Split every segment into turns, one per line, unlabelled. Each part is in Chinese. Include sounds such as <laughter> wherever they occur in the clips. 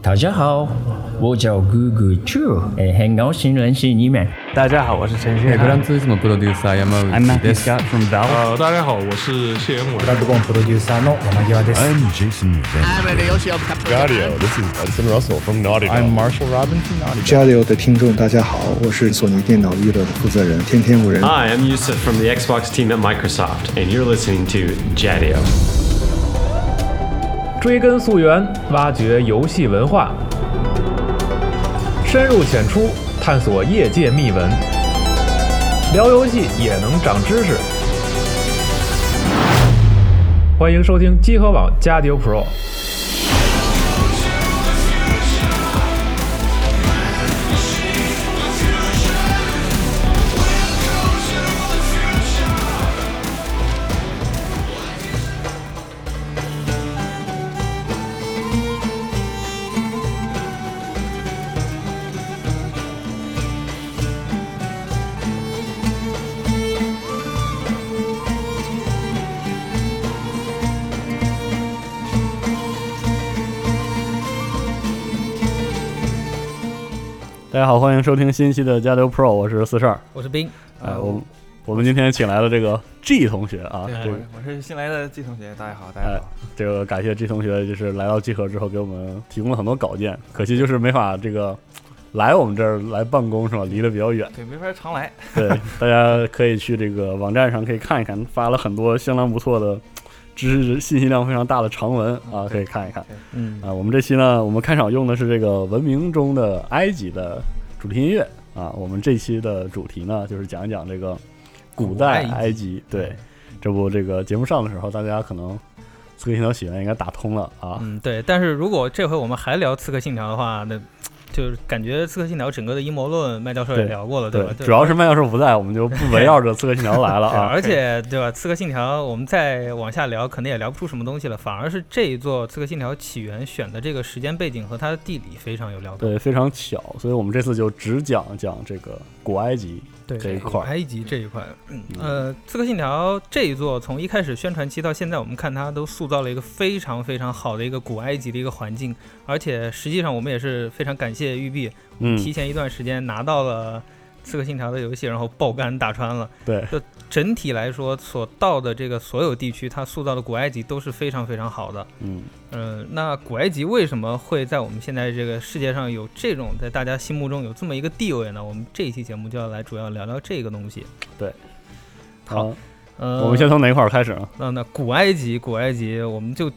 大家好，我叫 Google Chu，哎，很高兴认识你们。
大家好，我是陈旭
グランツーリスモプロデューサー山
I'm
内
Matthew
です。
Scott from Valve。
呃，大家好，我是谢元伟。
ドコンプロデューサーの山際です。
I'm Jason Van.
Gadio. This is Hudson Russell from Naughty Dog.
Marshall Robinson.
Jadio 的听众，大家好，我是索尼电脑娱乐的负责人天天五人。
Hi, I'm Yusuf from the Xbox team at Microsoft, and you're listening to Jadio.
追根溯源，挖掘游戏文化，深入浅出探索业界秘闻，聊游戏也能长知识。欢迎收听集合网加迪 Pro。
大家好，欢迎收听新一期的加流 Pro，我是四十二。
我是冰，
呃，我们我们今天请来了这个 G 同学啊，这个
哎我是新来的季同学，大家好，大
哎
家好。
这个感谢 G 同学，就是来到集合之后给我们提供了很多稿件，可惜就是没法这个来我们这儿来办公是吧？离得比较远。
对，没法常来，
对，大家可以去这个网站上可以看一看，发了很多相当不错的知识信息量非常大的长文啊，可以看一看。
嗯，
啊，我们这期呢，我们开场用的是这个文明中的埃及的主题音乐啊。我们这期的主题呢，就是讲一讲这个古代
古代
埃
埃
及。对，这不这个节目上的时候，大家可能刺客信条喜欢应该打通了啊。
嗯，对。但是如果这回我们还聊《刺客信条》的话，那就是感觉《刺客信条》整个的阴谋论，麦教授也
对
聊过了，
对
吧？，对
主要是麦教授不在，我们就不围绕着刺客信条来了
对，
啊。
而且对吧，《刺客信条》我们再往下聊，可能也聊不出什么东西了，反而是这一座《刺客信条：起源》选的这个时间背景和它的地理非常有聊头。
对，非常巧，所以我们这次就只讲讲这个古埃及。
对
这一块儿
埃及这一块，嗯，呃，《刺客信条》这一座从一开始宣传期到现在，我们看它都塑造了一个非常非常好的一个古埃及的一个环境，而且实际上我们也是非常感谢育碧
嗯，
提前一段时间拿到了《刺客信条》的游戏，然后爆肝打穿了。
对，
就整体来说，所到的这个所有地区，它塑造的古埃及都是非常非常好的。
嗯，
嗯、那古埃及为什么会在我们现在这个世界上有这种在大家心目中有这么一个地位呢？我们这一期节目就要来主要聊聊这个东西。好
啊，
呃，
我们先从哪块儿开始啊？
那那古埃及，古埃及，我们就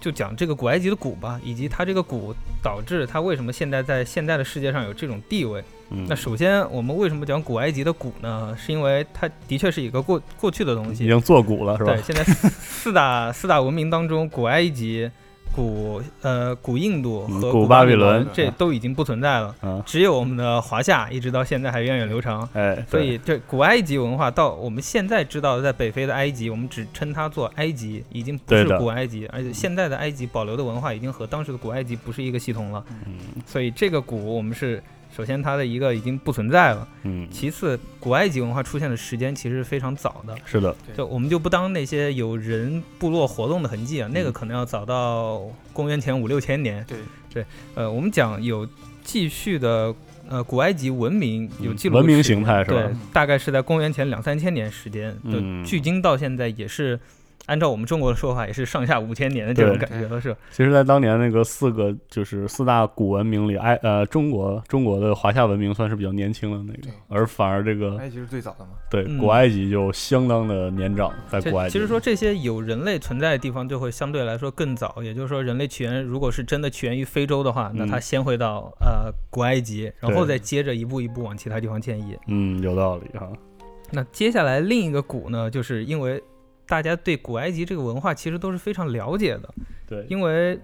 就讲这个古埃及的古吧，以及它这个古导致它为什么现在在现在的世界上有这种地位。
嗯，
那首先，我们为什么讲古埃及的古呢？是因为它的确是一个过过去的东
已
西。
经做古了是吧
对，？现在四四大四大文明当中，古埃及、古呃古印度
嗯
和
古
巴
巴比
伦
伦
这
啊
都已经不存在了，
啊，
只有我们的华夏一直到现在还源远流长。
哎，对
所以，这古埃及文化到我们现在知道的，在北非的埃及，我们只称它做埃及，已经不
对
是
的
古埃及，而且现在的埃及保留的文化已经和当时的古埃及不是一个系统了。
嗯
所以，这个古我们是首先它的一个已经不存在了，
嗯，
其次，古埃及文化出现的时间其实是非常早的，
是的，
就我们就不当那些有人部落活动的痕迹啊，那个可能要早到公元前五六千年。
对
对，呃，我们讲有继续的呃古埃及文明有记录
文明
是
形态是吧
对？，大概是在公元前两三千年时间，就
嗯
距今到现在也是。按照我们中国的说法，也是上下五千年的这种
对
感觉了，是吧
其实，在当年那个四个就是四大古文明里，埃呃中国中国的华夏文明算是比较年轻的那个
对，
而反而这个
埃及是最早的嘛？
对
哎嗯
古埃及就相当的年长，在古埃及
其实说这些有人类存在的地方，就会相对来说更早。也就是说，人类起源如果是真的起源于非洲的话，那它
嗯
先会到呃古埃及，然后
对
再接着一步一步往其他地方迁移。
嗯有道理哈，
那接下来另一个古呢，就是因为大家对古埃及这个文化其实都是非常了解的，
对，
因为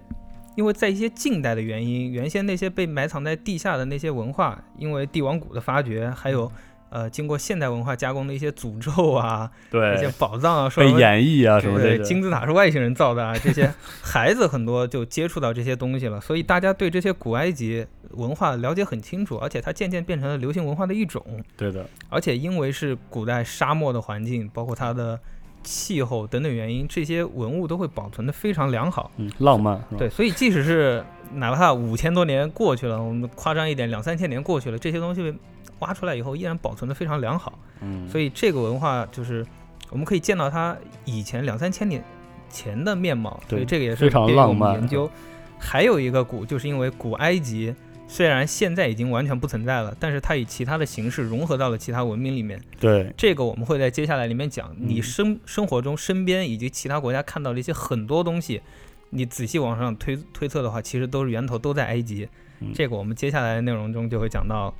因为在一些近代的原因，原先那些被埋藏在地下的那些文化，因为帝王谷的发掘，还有。呃，经过现代文化加工的一些诅咒啊，一些
嗯对
宝藏啊，说
被
什么
演绎啊什么
对，
这
金
个，
字塔是外星人造的啊，这些孩子很多就接触到这些东西了，所以大家对这些古埃及文化了解很清楚，而且它渐渐变成了流行文化的一种。
对的，
而且因为是古代沙漠的环境，包括它的气候等等原因，这些文物都会保存的非常良好。
嗯，浪漫是吧
对，所以即使是哪怕五千多年过去了，我们夸张一点，两三千年过去了，这些东西被挖出来以后依然保存的非常良好。
嗯，
所以这个文化就是我们可以见到它以前两三千年前的面貌，
对
所以这个也是
非常
便于我
浪
们
漫
研究。还有一个古，就是因为古埃及虽然现在已经完全不存在了，但是它以其他的形式融合到了其他文明里面。
对，
这个我们会在接下来里面讲。你
嗯
生生活中身边以及其他国家看到的一些很多东西，你仔细往上推推测的话，其实都是源头都在埃及
嗯。
这个我们接下来的内容中就会讲到。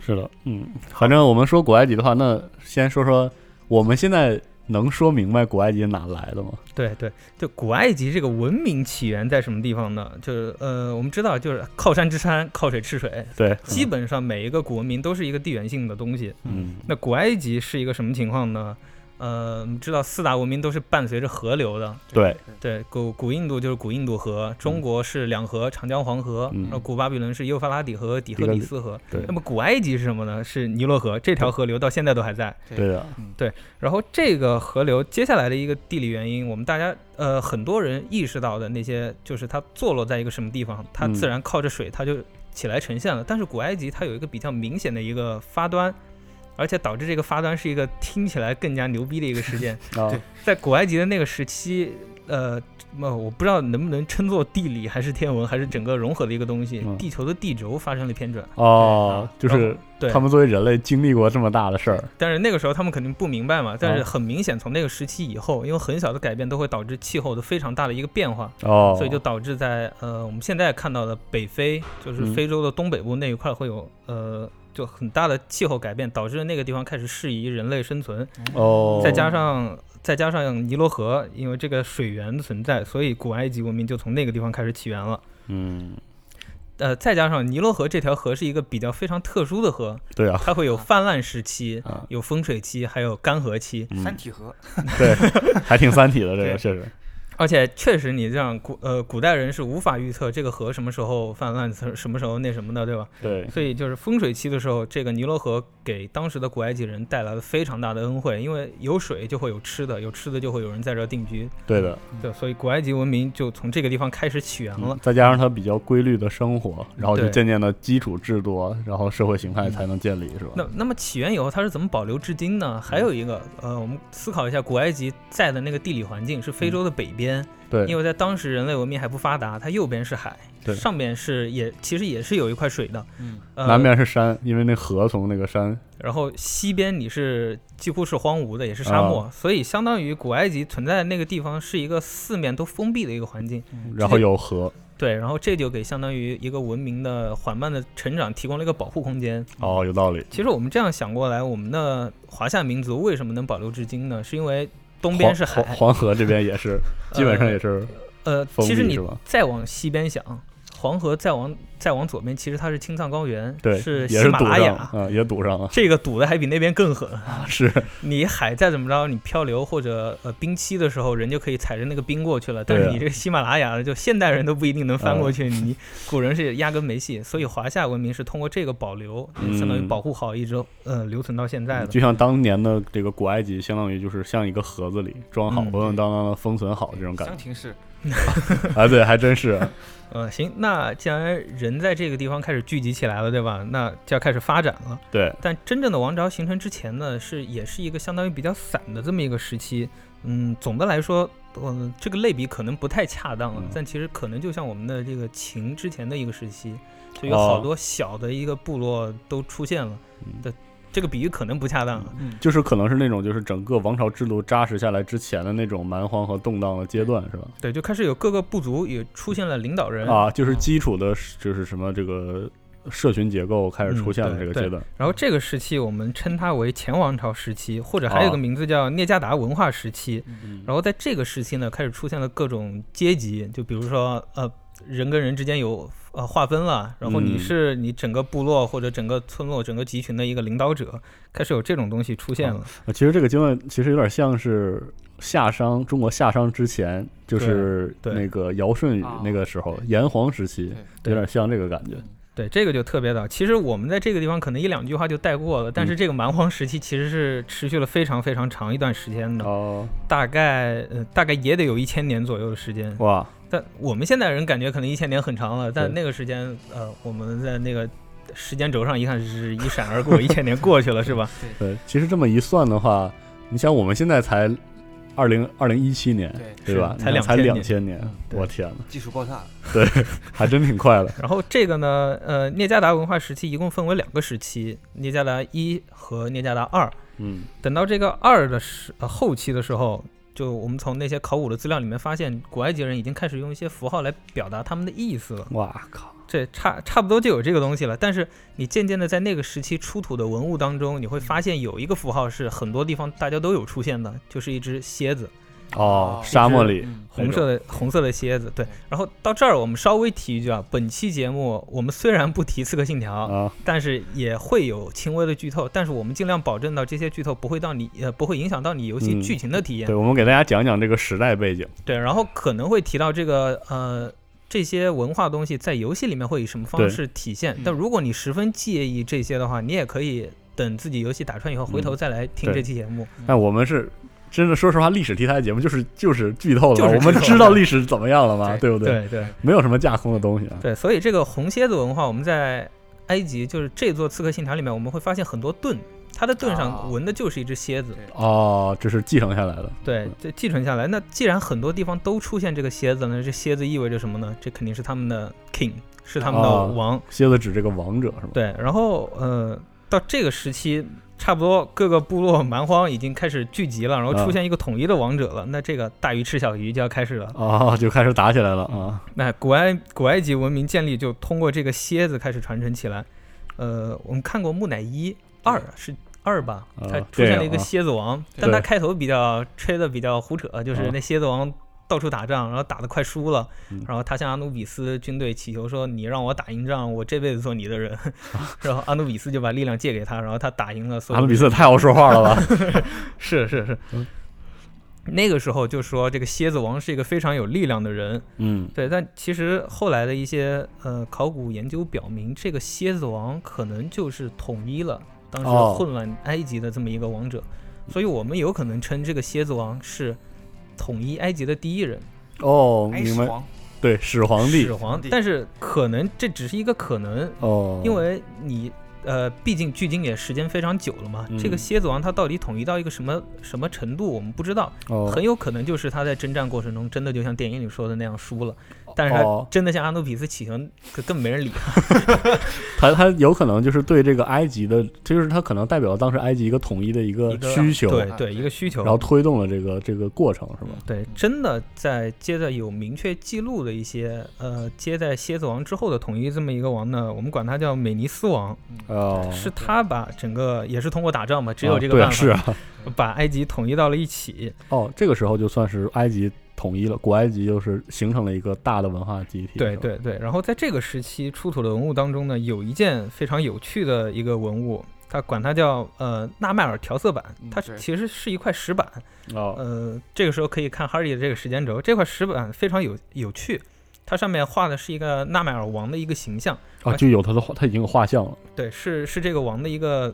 是的，嗯，反正我们说古埃及的话，那先说说我们现在能说明白古埃及哪来的吗？
对对，就古埃及这个文明起源在什么地方呢？就是呃，我们知道就是靠山吃山，靠水吃水，
对，
基本上每一个古文明都是一个地缘性的东西。
嗯
那古埃及是一个什么情况呢？呃，我们知道四大文明都是伴随着河流的，
对，
对，古古印度就是古印度河，中国是两河，长江黄河，
嗯
然后古巴比伦是幼发拉底河、底
底
赫
格
里
里
斯河。
对
那么古埃及是什么呢？是尼罗河，这条河流到现在都还在。
对的，
然后这个河流接下来的一个地理原因，我们大家呃很多人意识到的那些，就是它坐落在一个什么地方，它
嗯
自然靠着水，它就起来呈现了。但是古埃及它有一个比较明显的一个发端，而且导致这个发端是一个听起来更加牛逼的一个事件。
啊，
在古埃及的那个时期，呃，呃，我不知道能不能称作地理还是天文还是整个融合的一个东西，
嗯
地球的地轴发生了偏转。
哦，就
对啊
是
对
他们作为人类经历过这么大的事儿，
但是那个时候他们肯定不明白嘛。但是
啊
很明显，从那个时期以后，因为很小的改变都会导致气候的非常大的一个变化，
哦，
所以就导致在呃我们现在看到的北非，就是
嗯
非洲的东北部那一块会有、呃就很大的气候改变，导致那个地方开始适宜人类生存。
哦，
再加上再加上尼罗河，因为这个水源的存在，所以古埃及文明就从那个地方开始起源了。
嗯，
呃，再加上尼罗河这条河是一个比较非常特殊的河，
对啊，
它会有泛滥时期、
啊，
有丰水期，还有干涸期。
嗯
三体河，
<laughs>
对，还挺三体的这个，
对
确实，
而且确实，你这样古呃古代人是无法预测这个河什么时候泛滥，什什么时候那什么的，对吧？
对，
所以就是丰水期的时候，这个尼罗河给当时的古埃及人带来了非常大的恩惠，因为有水就会有吃的，有吃的就会有人在这儿定居，
对的，
对，所以古埃及文明就从这个地方开始起源了
嗯。再加上他比较规律的生活，然后就
对嗯
渐渐的基础制度，啊然后社会形态才能建立，是吧？
那那么起源以后，它是怎么保留至今呢？还有一个，呃，我们思考一下，古埃及在的那个地理环境是非洲的北边，
嗯对，
因为在当时人类文明还不发达，它右边是海
对，
上面是也其实也是有一块水的，
嗯，
呃、
南，边是山，因为那河从那个山，
然后西边你是几乎是荒芜的，也是沙
啊
漠，所以相当于古埃及存在的那个地方是一个四面都封闭的一个环境，
然后有河，
对，然后这就给相当于一个文明的缓慢的成长提供了一个保护空间。
哦，有道理，
其实我们这样想过来，我们的华夏民族为什么能保留至今呢？是因为东边是
黄黄
海，
黄河这边也
<laughs>
是，基本上也是
呃，
封
其实
闭，
你
是吧？
再往西边想，黄河再往再往左边，其实它是青藏高原，
对，
是
也
喜
是
马
堵
拉
上，
雅。
嗯，也堵上了，
这个堵的还比那边更狠，
是，
你海再怎么着，你漂流或者呃冰期的时候，人就可以踩着那个冰过去了。但
对
是
啊嗯
你这个喜马拉雅的，就现代人都不一定能翻过去，你古人是压根没戏。所以华夏文明是通过这个保留，
嗯
相当于保护好，一直呃留存到现在的。
就像当年的这个古埃及，相当于就是像一个盒子里装好，
嗯
稳稳当当的封存好这种感
香
觉。
亭市，
哎，对，还真
<laughs>
是，
呃，行，那既然人在这个地方开始聚集起来了，对吧？那就要开始发展了。
对，
但真正的王朝形成之前呢，是也是一个相当于比较散的这么一个时期。嗯，总的来说，嗯，这个类比可能不太恰当了，
嗯
但其实可能就像我们的这个秦之前的一个时期，就有
哦
好多小的一个部落都出现了。
嗯
对，这个比喻可能不恰当啊。
嗯，
就是可能是那种就是整个王朝制度扎实下来之前的那种蛮荒和动荡的阶段，是吧？
对，就开始有各个部族也出现了领导人，
啊，就是基础的，就是什么这个社群结构开始出现了
嗯
这
对
个阶段。
然后这个时期我们称它为前王朝时期，或者还有一个
哦
名字叫聂加达文化时期。
嗯
然后在这个时期呢，开始出现了各种阶级，就比如说呃，人跟人之间有呃划分了，然后你
嗯
是你整个部落或者整个村落、整个集群的一个领导者，开始有这种东西出现了。
呃其实这个阶段其实有点像是夏商，中国夏商之前就是
对对
那个尧舜禹
啊
那个时候炎黄时期，有
对
点像这个感觉。
对，这个就特别早。其实我们在这个地方可能一两句话就带过了，但
嗯
是这个蛮荒时期其实是持续了非常非常长一段时间的，
哦，
大概呃大概也得有一千年左右的时间。
哇，
但我们现代人感觉可能一千年很长了，但
对
那个时间呃我们在那个时间轴上一看，是一闪而过，一千年过去了，是吧？ <laughs>
对，其实这么一算的话，你想我们现在才二零二零一七年，
对
对吧？
是才
你想才
2000
两千年，我天呐，
技术爆炸了，
对，还真挺快的。
然后这个呢，呃，聂加达文化时期一共分为两个时期，聂加达一和聂加达二。
嗯，
等到这个二的时、呃、后期的时候，就我们从那些考古的资料里面发现，古埃及人已经开始用一些符号来表达他们的意思了。
哇靠，
这差差不多就有这个东西了。但是你渐渐的在那个时期出土的文物当中，你会发现有一个符号是很多地方大家都有出现的，就是一只蝎子，
哦
哦，
沙漠里
嗯，
那种
红色的红色的蝎子。对
嗯
对。
然后到这儿，我们稍微提一句啊，本期节目我们虽然不提《刺客信条》
啊，
但是也会有轻微的剧透，但是我们尽量保证到这些剧透不会到你呃不会影响到你游戏
嗯
剧情的体验。
对，我们给大家讲讲这个时代背景。
对，然后可能会提到这个呃这些文化东西在游戏里面会以什么方
对
式体现
嗯。
但如果你十分介意这些的话，你也可以等自己游戏打穿以后，回头再来听
嗯对
这期节目。
但我们是真的，说实话，历史题材节目就是就是剧透
就
了
是
嘛，
剧
我
透
们知道历史怎么样了嘛，
对
对不？
对对
没有什么架空的东西啊。
对，所以这个红蝎子文化，我们在埃及就是这座《刺客信条》里面，我们会发现很多盾，它的盾
啊
上纹的就是一只蝎子。
对
哦，这是继承下来的。
对，这继承下来。那既然很多地方都出现这个蝎子呢，这蝎子意味着什么呢？这肯定是他们的 king，是他们的
哦
王。
蝎子指这个王者是吗？
对，然后呃，到这个时期，差不多各个部落蛮荒已经开始聚集了，然后
啊
出现一个统一的王者了。那这个大鱼吃小鱼就要开始了。
哦，就开始打起来了啊！
那古埃古埃及文明建立就通过这个蝎子开始传承起来。呃，我们看过木乃伊二是。二吧，
啊
它出现了一
电影
个
啊
蝎子王，
对
但它开头比较吹的比较胡扯，就是
啊
那蝎子王到处打仗，然后打的快输了
嗯，
然后他向阿努比斯军队祈求说：“你让我打赢仗，我这辈子做你
<laughs>
的人。”然后阿努比斯就把力量借给他，然后他打赢了所
阿
有
努比斯太好说话了
<laughs>
吧？
是是是
啊嗯，
那个时候就说这个蝎子王是一个非常有力量的人，
嗯，
对，但其实后来的一些呃考古研究表明，这个蝎子王可能就是统一了当时
哦
混乱埃及的这么一个王者，所以我们有可能称这个蝎子王是统一埃及的第一人，
哦，
哎，
明
始
白。
皇
对，始皇帝
始皇
皇帝。
但是可能这只是一个可能，
哦，
因为你呃，毕竟距今也时间非常久了嘛。
嗯
这个蝎子王他到底统一到一个什么什么程度，我们不知道。
哦
很有可能就是他在征战过程中真的就像电影里说的那样输了，但是他
哦
真的像阿努比斯祈求，可更没人理他。
他他有可能就是对这个埃及的，就是他可能代表了当时埃及一个统一的一个
一个
需求，
对
啊
嗯对，一个需求。
然后推动了这个这个过程是吧？
对，真的在接着有明确记录的一些呃，接在蝎子王之后的统一这么一个王呢，我们管他叫美尼斯王，
哦，
是他把整个也是通过打仗嘛，只有
啊
这个
对
办
啊
法，
是啊，
把埃及统一到了一起。
哦，这个时候就算是埃及统一了，古埃及就是形成了一个大的文化集体。
对
是吧，
对对，然后在这个时期出土的文物当中呢，有一件非常有趣的一个文物，它管它叫呃纳迈尔调色板，
嗯
它
对
其实是一块石板。
哦，
呃，这个时候可以看哈利的这个时间轴，这块石板非常有有趣，它上面画的是一个纳迈尔王的一个形象，
啊，就有他的画，他已经有画像了。
对，是是这个王的一个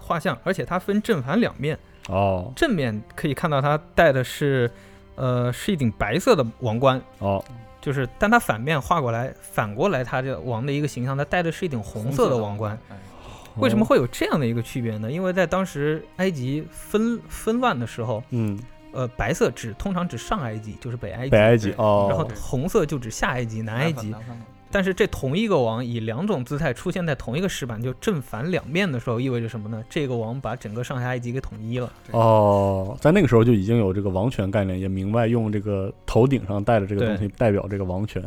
画像，而且它分正反两面，
哦
正面可以看到它戴的是呃是一顶白色的王冠，
哦，
就是，但它反面画过来，反过来，它这个王的一个形象，它戴的是一顶红色的哦王冠。，
哎
为什么会有这样的一个区别呢？因为在当时埃及纷纷乱的时候，
嗯，
呃，白色指通常指上埃及，就是北埃及，
北埃及
对
然后
哦，
红色就指下埃及、南
哎
埃及。
南方
<laughs> 但是这同一个王以两种姿态出现在同一个石板，就正反两面的时候，意味着什么呢？这个王把整个上下埃及给统一了。
哦，在那个时候就已经有这个王权概念，也明白用这个头顶上戴的这个
对
东西代表这个王权。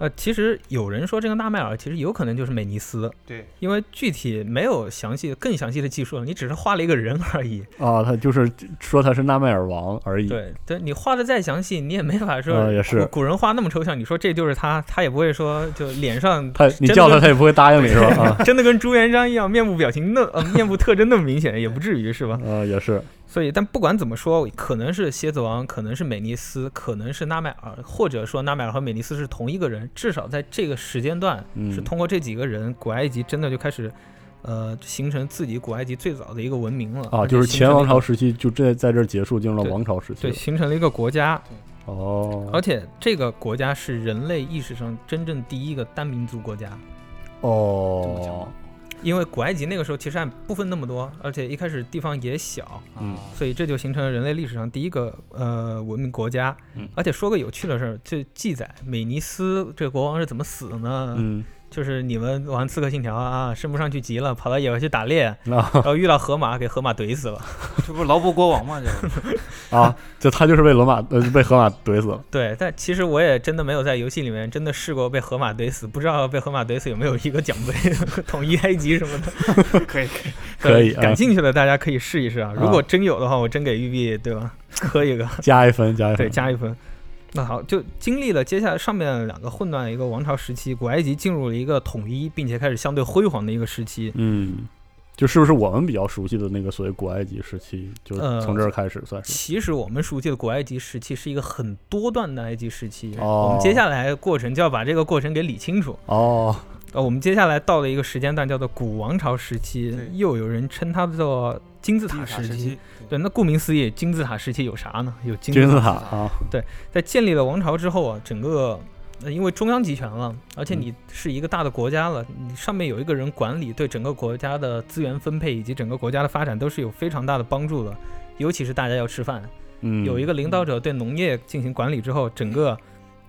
呃，其实有人说这个纳迈尔其实有可能就是美尼斯，
对，
因为具体没有详细、更详细的技术了，你只是画了一个人而已。
啊，他就是说他是纳迈尔王而已。
对，对你画的再详细，你也没法说。
呃也是
古古人画那么抽象，你说这就是他，他也不会说就脸上
他你叫他，他也不会答
<laughs>
应你 <laughs> 是吧？啊，
真的跟朱元璋一样，面部表情那、呃、面部特征那么明显，也不至于是吧？
呃，也是
所以，但不管怎么说，可能是蝎子王，可能是美尼斯，可能是纳麦尔，或者说纳麦尔和美尼斯是同一个人。至少在这个时间段，
嗯
是通过这几个人，古埃及真的就开始，呃，形成自己古埃及最早的一个文明了
啊，
而且
就是
形
前
成了
王
一
朝
个
时期就这在这儿结束，进入了
对
王朝时期
对，
了。
形成了一个国家，而
哦
且这个国家是人类意识上真正第一个单民族国家。
哦，
因为古埃及那个时候其实还不分那么多，而且一开始地方也小，
嗯
所以这就形成了人类历史上第一个呃文明国家。
嗯
而且说个有趣的事儿，就记载美尼斯这个国王是怎么死的呢？
嗯，
就是你们玩《刺客信条》啊，升不上去级了，跑到野外去打
<laughs>
猎，
那
然后遇到河马，给河马怼死了。
这不是劳勃国王
<laughs>
吗？这不是
啊，就他就是被罗马呃被河马怼死了。
对，但其实我也真的没有在游戏里面真的试过被河马怼死，不知道被河马怼死有没有一个奖杯， <laughs> 统一埃及什么的。
可以，
可以
对
啊
感兴趣的大家可以试一试啊。如
啊
果真有的话，我真给玉碧对吧？磕一个，
加一分，加一分，
对，加一分。那好，就经历了接下来上面两个混乱的一个王朝时期，古埃及进入了一个统一并且开始相对辉煌的一个时期。
嗯，就是不是我们比较熟悉的那个所谓古埃及时期，就是
呃
从这儿开始算是。
其实我们熟悉的古埃及时期是一个很多段的埃及时期，
哦
我们接下来过程就要把这个过程给理清楚。
哦，
呃，我们接下来到了一个时间段，叫做古王朝时期
对，
又有人称它做金字
金
塔
字塔
时
时
期
期。，
对，那顾名思义，金字塔时期有啥呢？有金
金
字
字
塔。
塔啊，
在建立了王朝之后啊，整个、呃、因为中央集权了，而
嗯
且你是一个大的国家了，你上面有一个人管理，对整个国家的资源分配以及整个国家的发展都是有非常大的帮助的。尤其是大家要吃饭，
嗯，
有一个领导者对农业进行管理之后，整个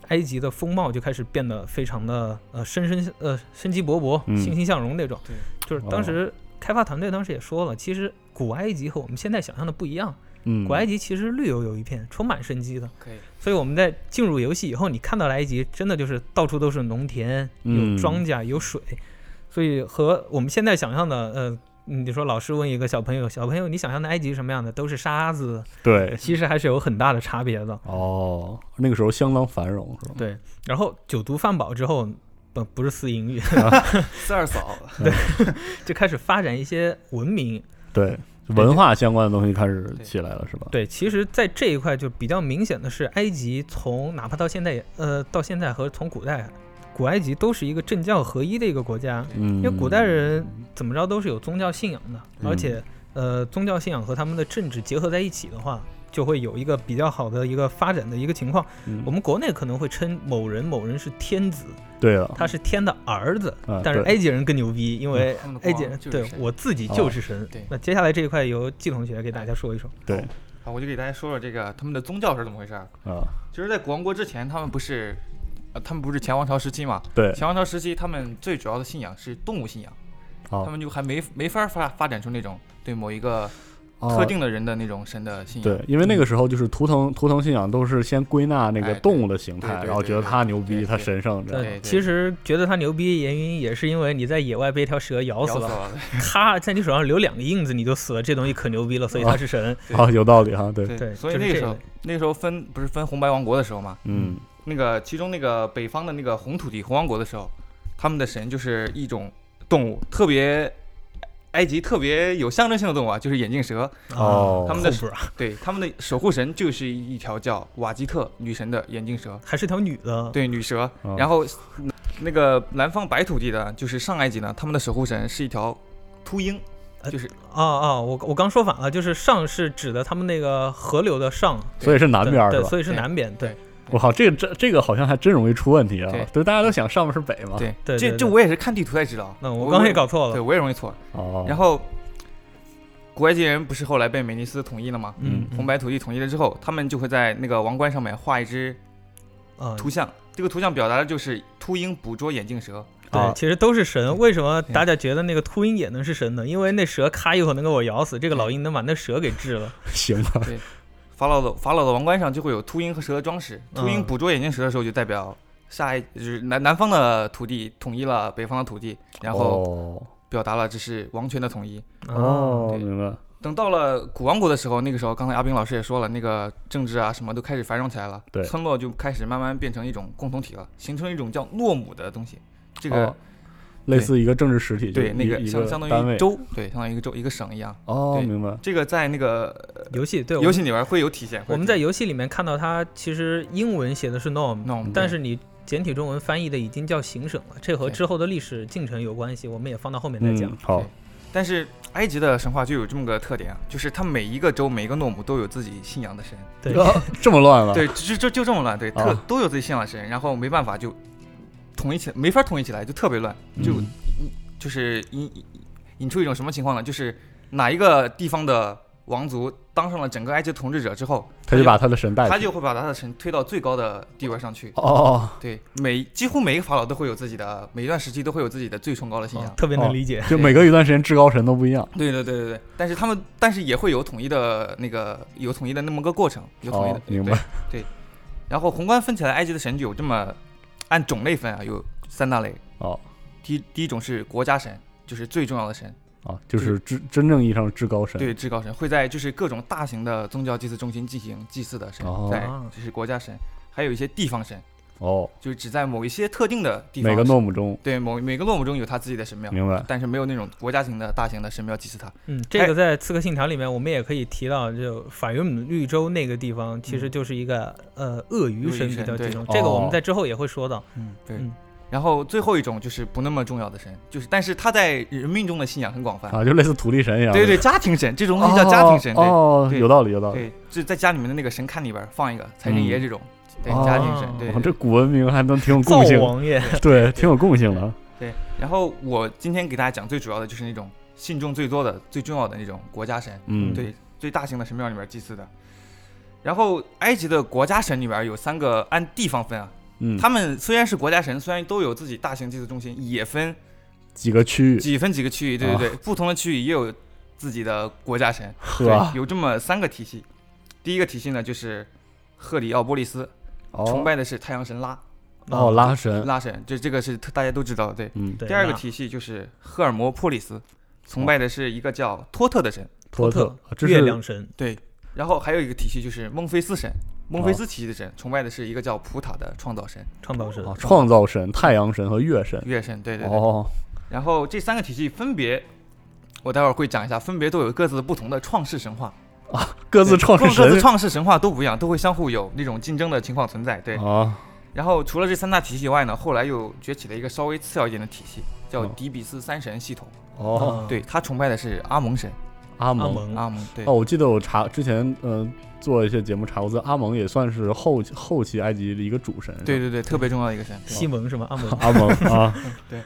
埃及的风貌就开始变得非常的呃生生呃生机勃勃、
嗯哦
欣欣向荣那种。
对
就是当时开发团队当时也说了，其实古埃及和我们现在想象的不一样，
嗯
古埃及其实绿油油一片，充满生机的。
可以，
所以我们在进入游戏以后，你看到了埃及，真的就是到处都是农田，
嗯
有庄稼，有水，所以和我们现在想象的，呃，你说老师问一个小朋友，小朋友你想象的埃及是什么样的，都是
<laughs>
沙子，
对
其实还是有很大的差别的。
哦，那个时候相当繁荣是吧？
对，然后九族饭饱之后，不不是私淫欲，
四二嫂，
<laughs> 就开始发展一些文明。
对，文化相关的东西开始起来了是吧？
对，其实，在这一块就比较明显的是，埃及从哪怕到现在也，呃，到现在和从古代，古埃及都是一个政教合一的一个国家。
嗯，
因为古代人怎么着都是有宗教信仰的，
嗯
而且呃，宗教信仰和他们的政治结合在一起的话，就会有一个比较好的一个发展的一个情况。
嗯
我们国内可能会称某人某人是天子，
对了，
他是天的儿子
啊，
但是
对
埃及人更牛逼，因为
嗯他们的国
埃
王
及人
就是
对
神
我自己
哦
就是神
对。
那接下来这一块由季同学给大家说一说。
对
好，我就给大家说说这个他们的宗教是怎么回事儿。
啊，
其实，在古王国之前，他们不是，呃，他们不是前王朝时期嘛？
对，
前王朝时期，他们最主要的信仰是动物信仰，
好
他们就还没没法发发展出那种对某一个
哦
特定的人的那种神的信仰。
对，因为那个时候就是图腾图腾信仰都是先归纳那个
哎对
动物的形
对
态，
对
然后
对
觉得
对
它牛
对
逼，
对
它神圣这样。
对对
其实觉得他牛逼，原因也是因为你在野外被一条蛇咬
咬
死
死
了，
了，
咔在你手上留两个印子你就死了，这东西可牛逼了，所以他是神。
啊，有道理哈，对，
对
哦所以
就是
那个
这
时候
类，
那个时候分不是分红白王国的时候嘛，
嗯，
那个其中那个北方的那个红土地红王国的时候，他们的神就是一种动物，特别埃及特别有象征性的动物啊，就是眼镜蛇。
哦
啊他们的
后边儿啊
对，他们的守护神就是一条叫瓦基特女神的眼镜蛇，
还是条女的，
对，女蛇。
啊
然后那个南方白土地的，就是上埃及呢，他们的守护神是一条秃鹰，
呃
就是
哦哦，我我刚说反了，就是上是指的他们那个河流的上，
所以是南边儿是
对，
吧？
所以是
对
南边，对
我靠，这个这这个好像还真容易出问题啊！
对
对，大家都想上面是北嘛。
对，
对对
这这
对
我也是看地图才知道。
那我刚才也搞错
对，
了，
我也容易错。
哦，
然后，古埃及人不是后来被美尼斯统一了吗？
嗯，
红白土地统一了之后，他们就会在那个王冠上面画一只
啊，
图像，这个图像表达的就是秃鹰捕捉眼镜蛇。
对，
啊
其实都是神。为什么大家觉得那个秃鹰也能是神呢？因为那蛇咔一口能给我咬死，这个老鹰能把那蛇给治了。
行吧，
法老的法老的王冠上就会有秃鹰和蛇的装饰。
嗯
秃鹰捕捉眼镜蛇的时候，就代表下一就是南南方的土地统一了北方的土地， <laughs> 然后
哦
表达了这是王权的统一。
哦，
对
明白。
等到了古王国的时候，那个时候刚才阿斌老师也说了，那个政治啊什么都开始繁荣起来了，
对
村落就开始慢慢变成一种共同体了，形成一种叫诺姆的东西。这个、
哦类似一个政治实体，
对
就
那
一
个
一
相
个
相当
单
于
位
州，对，相当于一个州一个省一样。
哦，
对
明白。
这个在那个呃
嗯游戏对我们
游戏里面会有体现。
我们在游戏里面看到它其实英文写的是 norm，
那我们
但是你简体中文翻译的已经叫行省了，这和
对
之后的历史进程有关系，我们也放到后面再讲
嗯。，好，
但是埃及的神话就有这么个特点啊，就是它每一个州每一个诺姆都有自己信仰的神，
<laughs>
对，
啊这么乱了，
对，就就就这么乱，对，特
啊
都有自己信仰的神，然后没办法就统一起，没法统一起来，就特别乱，就
嗯
就是引引引出一种什么情况呢？就是哪一个地方的王族当上了整个埃及统治者之后，
他就把他的神带
他
去，
就会把他的神推到最高的地位上去。
哦，
对，每几乎每一个法老都会有自己的，每一段时期都会有自己的最崇高的信仰。
特别能理解。
就每隔一段时间至高神都不一样，
对对对对对，但是他们但是也会有统一的那个有统一的那么个过程，有统一的、
哦明白
对对。然后宏观分起来，埃及的神有这么按种类分啊，有三大类。
哦
第一第一种是国家神，就是最重要的神，
啊，就是至真正意义上的至高神，
对至高神，会在就是各种大型的宗教祭祀中心进行祭祀的神，
哦
在这是国家神，还有一些地方神，
哦，
就是只在某一些特定的地方
每个诺姆中，
对某每个诺姆中有他自己的神庙，
明白，
但是没有那种国家型的大型的神庙祭祀他。
嗯，这个在《刺客信条》里面我们也可以提到，就法尤姆绿洲那个地方其实就是一个、呃鳄鱼神比较
鳄
集中
鱼神，
对
这个我
哦
们在之后也会说到。
嗯，对
嗯
然后最后一种就是不那么重要的神，就是但是他在人民中的信仰很广泛。
啊，就类似土地神一样，
对对，家庭神这种
哦，
东西叫家庭神，对、
哦，
对
有道理，有道理，
对，就是在家里面的那个神龛里边放一个财神爷这种，对、
哦
家庭神，对
哇，
对
这古文明还能挺有
灶
共性，
王爷，
对，挺有共性的，
对。然后我今天给大家讲最主要的就是那种信众最多的、最重要的那种国家神，
嗯，
对，最大型的神庙里面祭祀的。然后埃及的国家神里边有三个按地方分啊，
嗯，
他们虽然是国家神，虽然都有自己大型祭祀中心，也分
几个区啊域，
几分几个区域，对对对，不同的区域也有自己的国
<laughs>
家神，
呵
对，，有这么三个体系。第一个体系呢，就是赫里奥波利斯，
哦
崇拜的是太阳神拉
哦，拉神，
拉神，这这个是大家都知道的。对，
嗯，
对
第二个
那
体系就是赫尔摩波利斯，崇拜的是一个叫托特的神。
托
特
特，啊这
月
是
亮神，
对，然后还有一个体系就是孟菲斯神，孟菲斯体系的
哦
神崇拜的是一个叫普塔的创造神、
创造神
啊，创造神、太阳神和月神，
月神。对对对。
哦，
然后这三个体系分别，我待会儿会讲一下，分别都有各自不同的创世神话。
各自
对
创世
各自
神
创世神话都不一样，都会相互有那种竞争的情况存在。对，
啊，
然后除了这三大体系以外呢，后来又崛起了一个稍微次要一点的体系，叫
哦
底比斯三神系统。
哦，
啊
对，他崇拜的是阿蒙神，
阿
阿
蒙。
蒙
嗯阿蒙对
哦，，我记得我查之前，嗯、做一些节目查过资料，阿蒙也算是后后期埃及的一个主神。
对，对对，特别重要的一个神。，
嗯
西蒙是吗？阿蒙
阿蒙啊
<laughs> 对，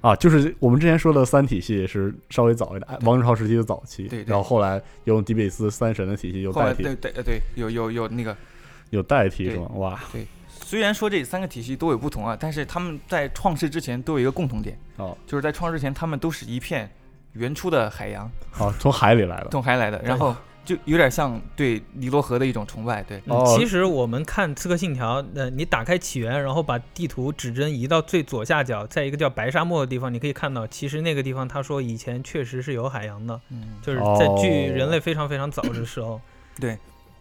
啊，就是我们之前说的三体系是稍微早一点，哎王朝时期的早期，
对对
然后后来用迪比斯三神的体系又
后来
代替
对，对呃对，有有有那个，
有代替
对
是吗？哇，
虽然说这三个体系都有不同啊，但是他们在创世之前都有一个共同点，
哦，
就是在创世之前他们都是一片原初的海洋，
好、从海里来的，
从海来的，然后就有点像对尼罗河的一种崇拜。对，
嗯
哦
其实我们看《刺客信条》，呃，你打开起源，然后把地图指针移到最左下角，在一个叫白沙漠的地方，你可以看到，其实那个地方他说以前确实是有海洋的，
嗯，
就是在
哦
距人类非常非常早的时候。
对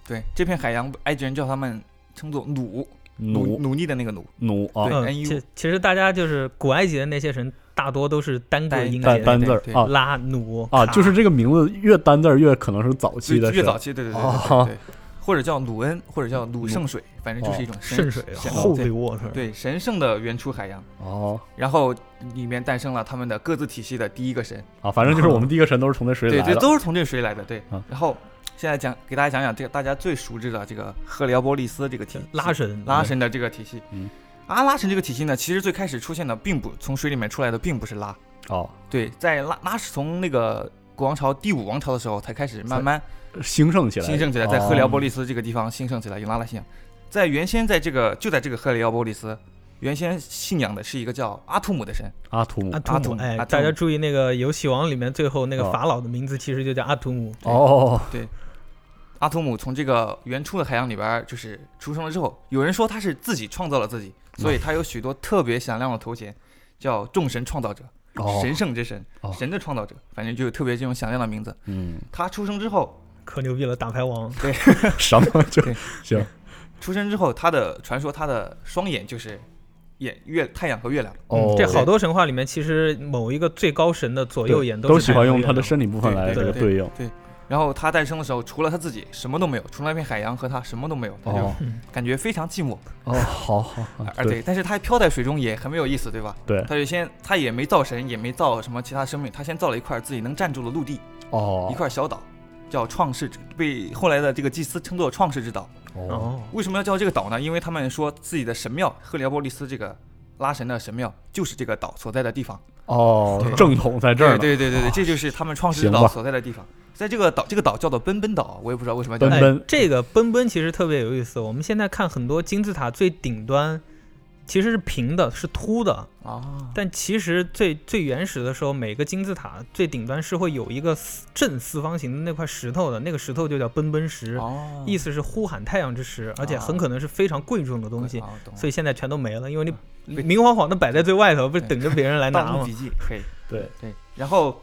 对，这片海洋埃及人叫他们称作努努
奴
努力的那个努，
奴啊
对，
嗯，
NU
其哦其实大家就是古埃及的那些神，大多都是单个
单
音
单
节，
单字儿
对
啊
拉努
啊，
卡
就是这个名字越单字儿越可能是早期的
越
神
早期，对对对对
哦
对对，或者叫努恩，或者叫努圣水，反正就是一种
圣
神
水啊
神
holy
对
water，
对神圣的原初海洋，
哦
然后里面诞生了他们的各自体系的第一个神，
啊，反正就是我们第一个神都是从那水里
对，
来
这
的，
都是从这水来的，对
啊。
然后现在讲给大家讲讲这个大家最熟知的这个赫里奥波利斯这个体
拉
神
神
拉神的这个体系
嗯，
阿拉神这个体系呢，其实最开始出现的并不从水里面出来的并不是拉，
哦，
对，在拉拉是从那个国王朝第五王朝的时候才开始慢慢
兴盛起来的，哦
兴盛起来，在赫里奥波
利
利斯这个地方兴盛起来，有拉拉信仰。在原先在这个就在这个赫里奥波利斯，原先信仰的是一个叫阿图姆的神，
阿图姆
阿啊
阿
图
图
姆，
姆
哎，
阿图
大家
姆
注意那个《游戏王》里面最后那个
哦
法老的名字其实就叫阿图姆，
哦，
阿图姆从这个原初的海洋里边儿就是出生了之后，有人说他是自己创造了自己，所以他有许多特别响亮的头衔，叫众神创造者、
哦
神圣之神、
哦
神的创造者，反正就有特别这种响亮的名字。
嗯，
他出生之后，
可牛逼了，打牌王。
什么就
对 <laughs>
行
出生之后，他的传说他的双眼就是也月太阳和月亮。
哦
嗯这好多神话里面，其实某一个最高神的左右眼
对
都
都
是
喜
太阳
欢
和
用他
月
的
亮
身体部分来这个
对
应。
对，然后他诞生的时候，除了他自己什么都没有，除了那片海洋和他什么都没有，他就
哦
嗯
感觉非常寂寞。
哦，好好，好
啊，对，，但是他漂在水中也很没有意思，对吧？
对
他就先他也没造神，也没造什么其他生命，他先造了一块自己能站住的陆地，
哦，
一块小岛，叫创世之，被后来的这个祭司称作创世之岛。
嗯
哦，
为什么要叫这个岛呢？因为他们说自己的神庙赫里奥波利斯这个拉神的神庙就是这个岛所在的地方。
哦
对，
正统在这儿呢，啊
对对对对对，这就是他们创世之
行
岛
吧
所在的地方。在这个岛，这个岛叫做奔奔岛，我也不知道为什么叫
奔
哎
奔
这个奔奔其实特别有意思。我们现在看很多金字塔最顶端其实是平的，是凸的，
啊，
但其实最最原始的时候，每个金字塔最顶端是会有一个四正四方形的那块石头的，那个石头就叫奔奔石，
哦，
意思是呼喊太阳之石，而且很可能是非常贵重的东西，
啊，懂了
所以现在全都没了，因为你
被
明晃晃的摆在最外头，不是等着别人来
《
拿
啊 <laughs> 盗墓
吗
<laughs>
笔？记》可以。
对
对，然后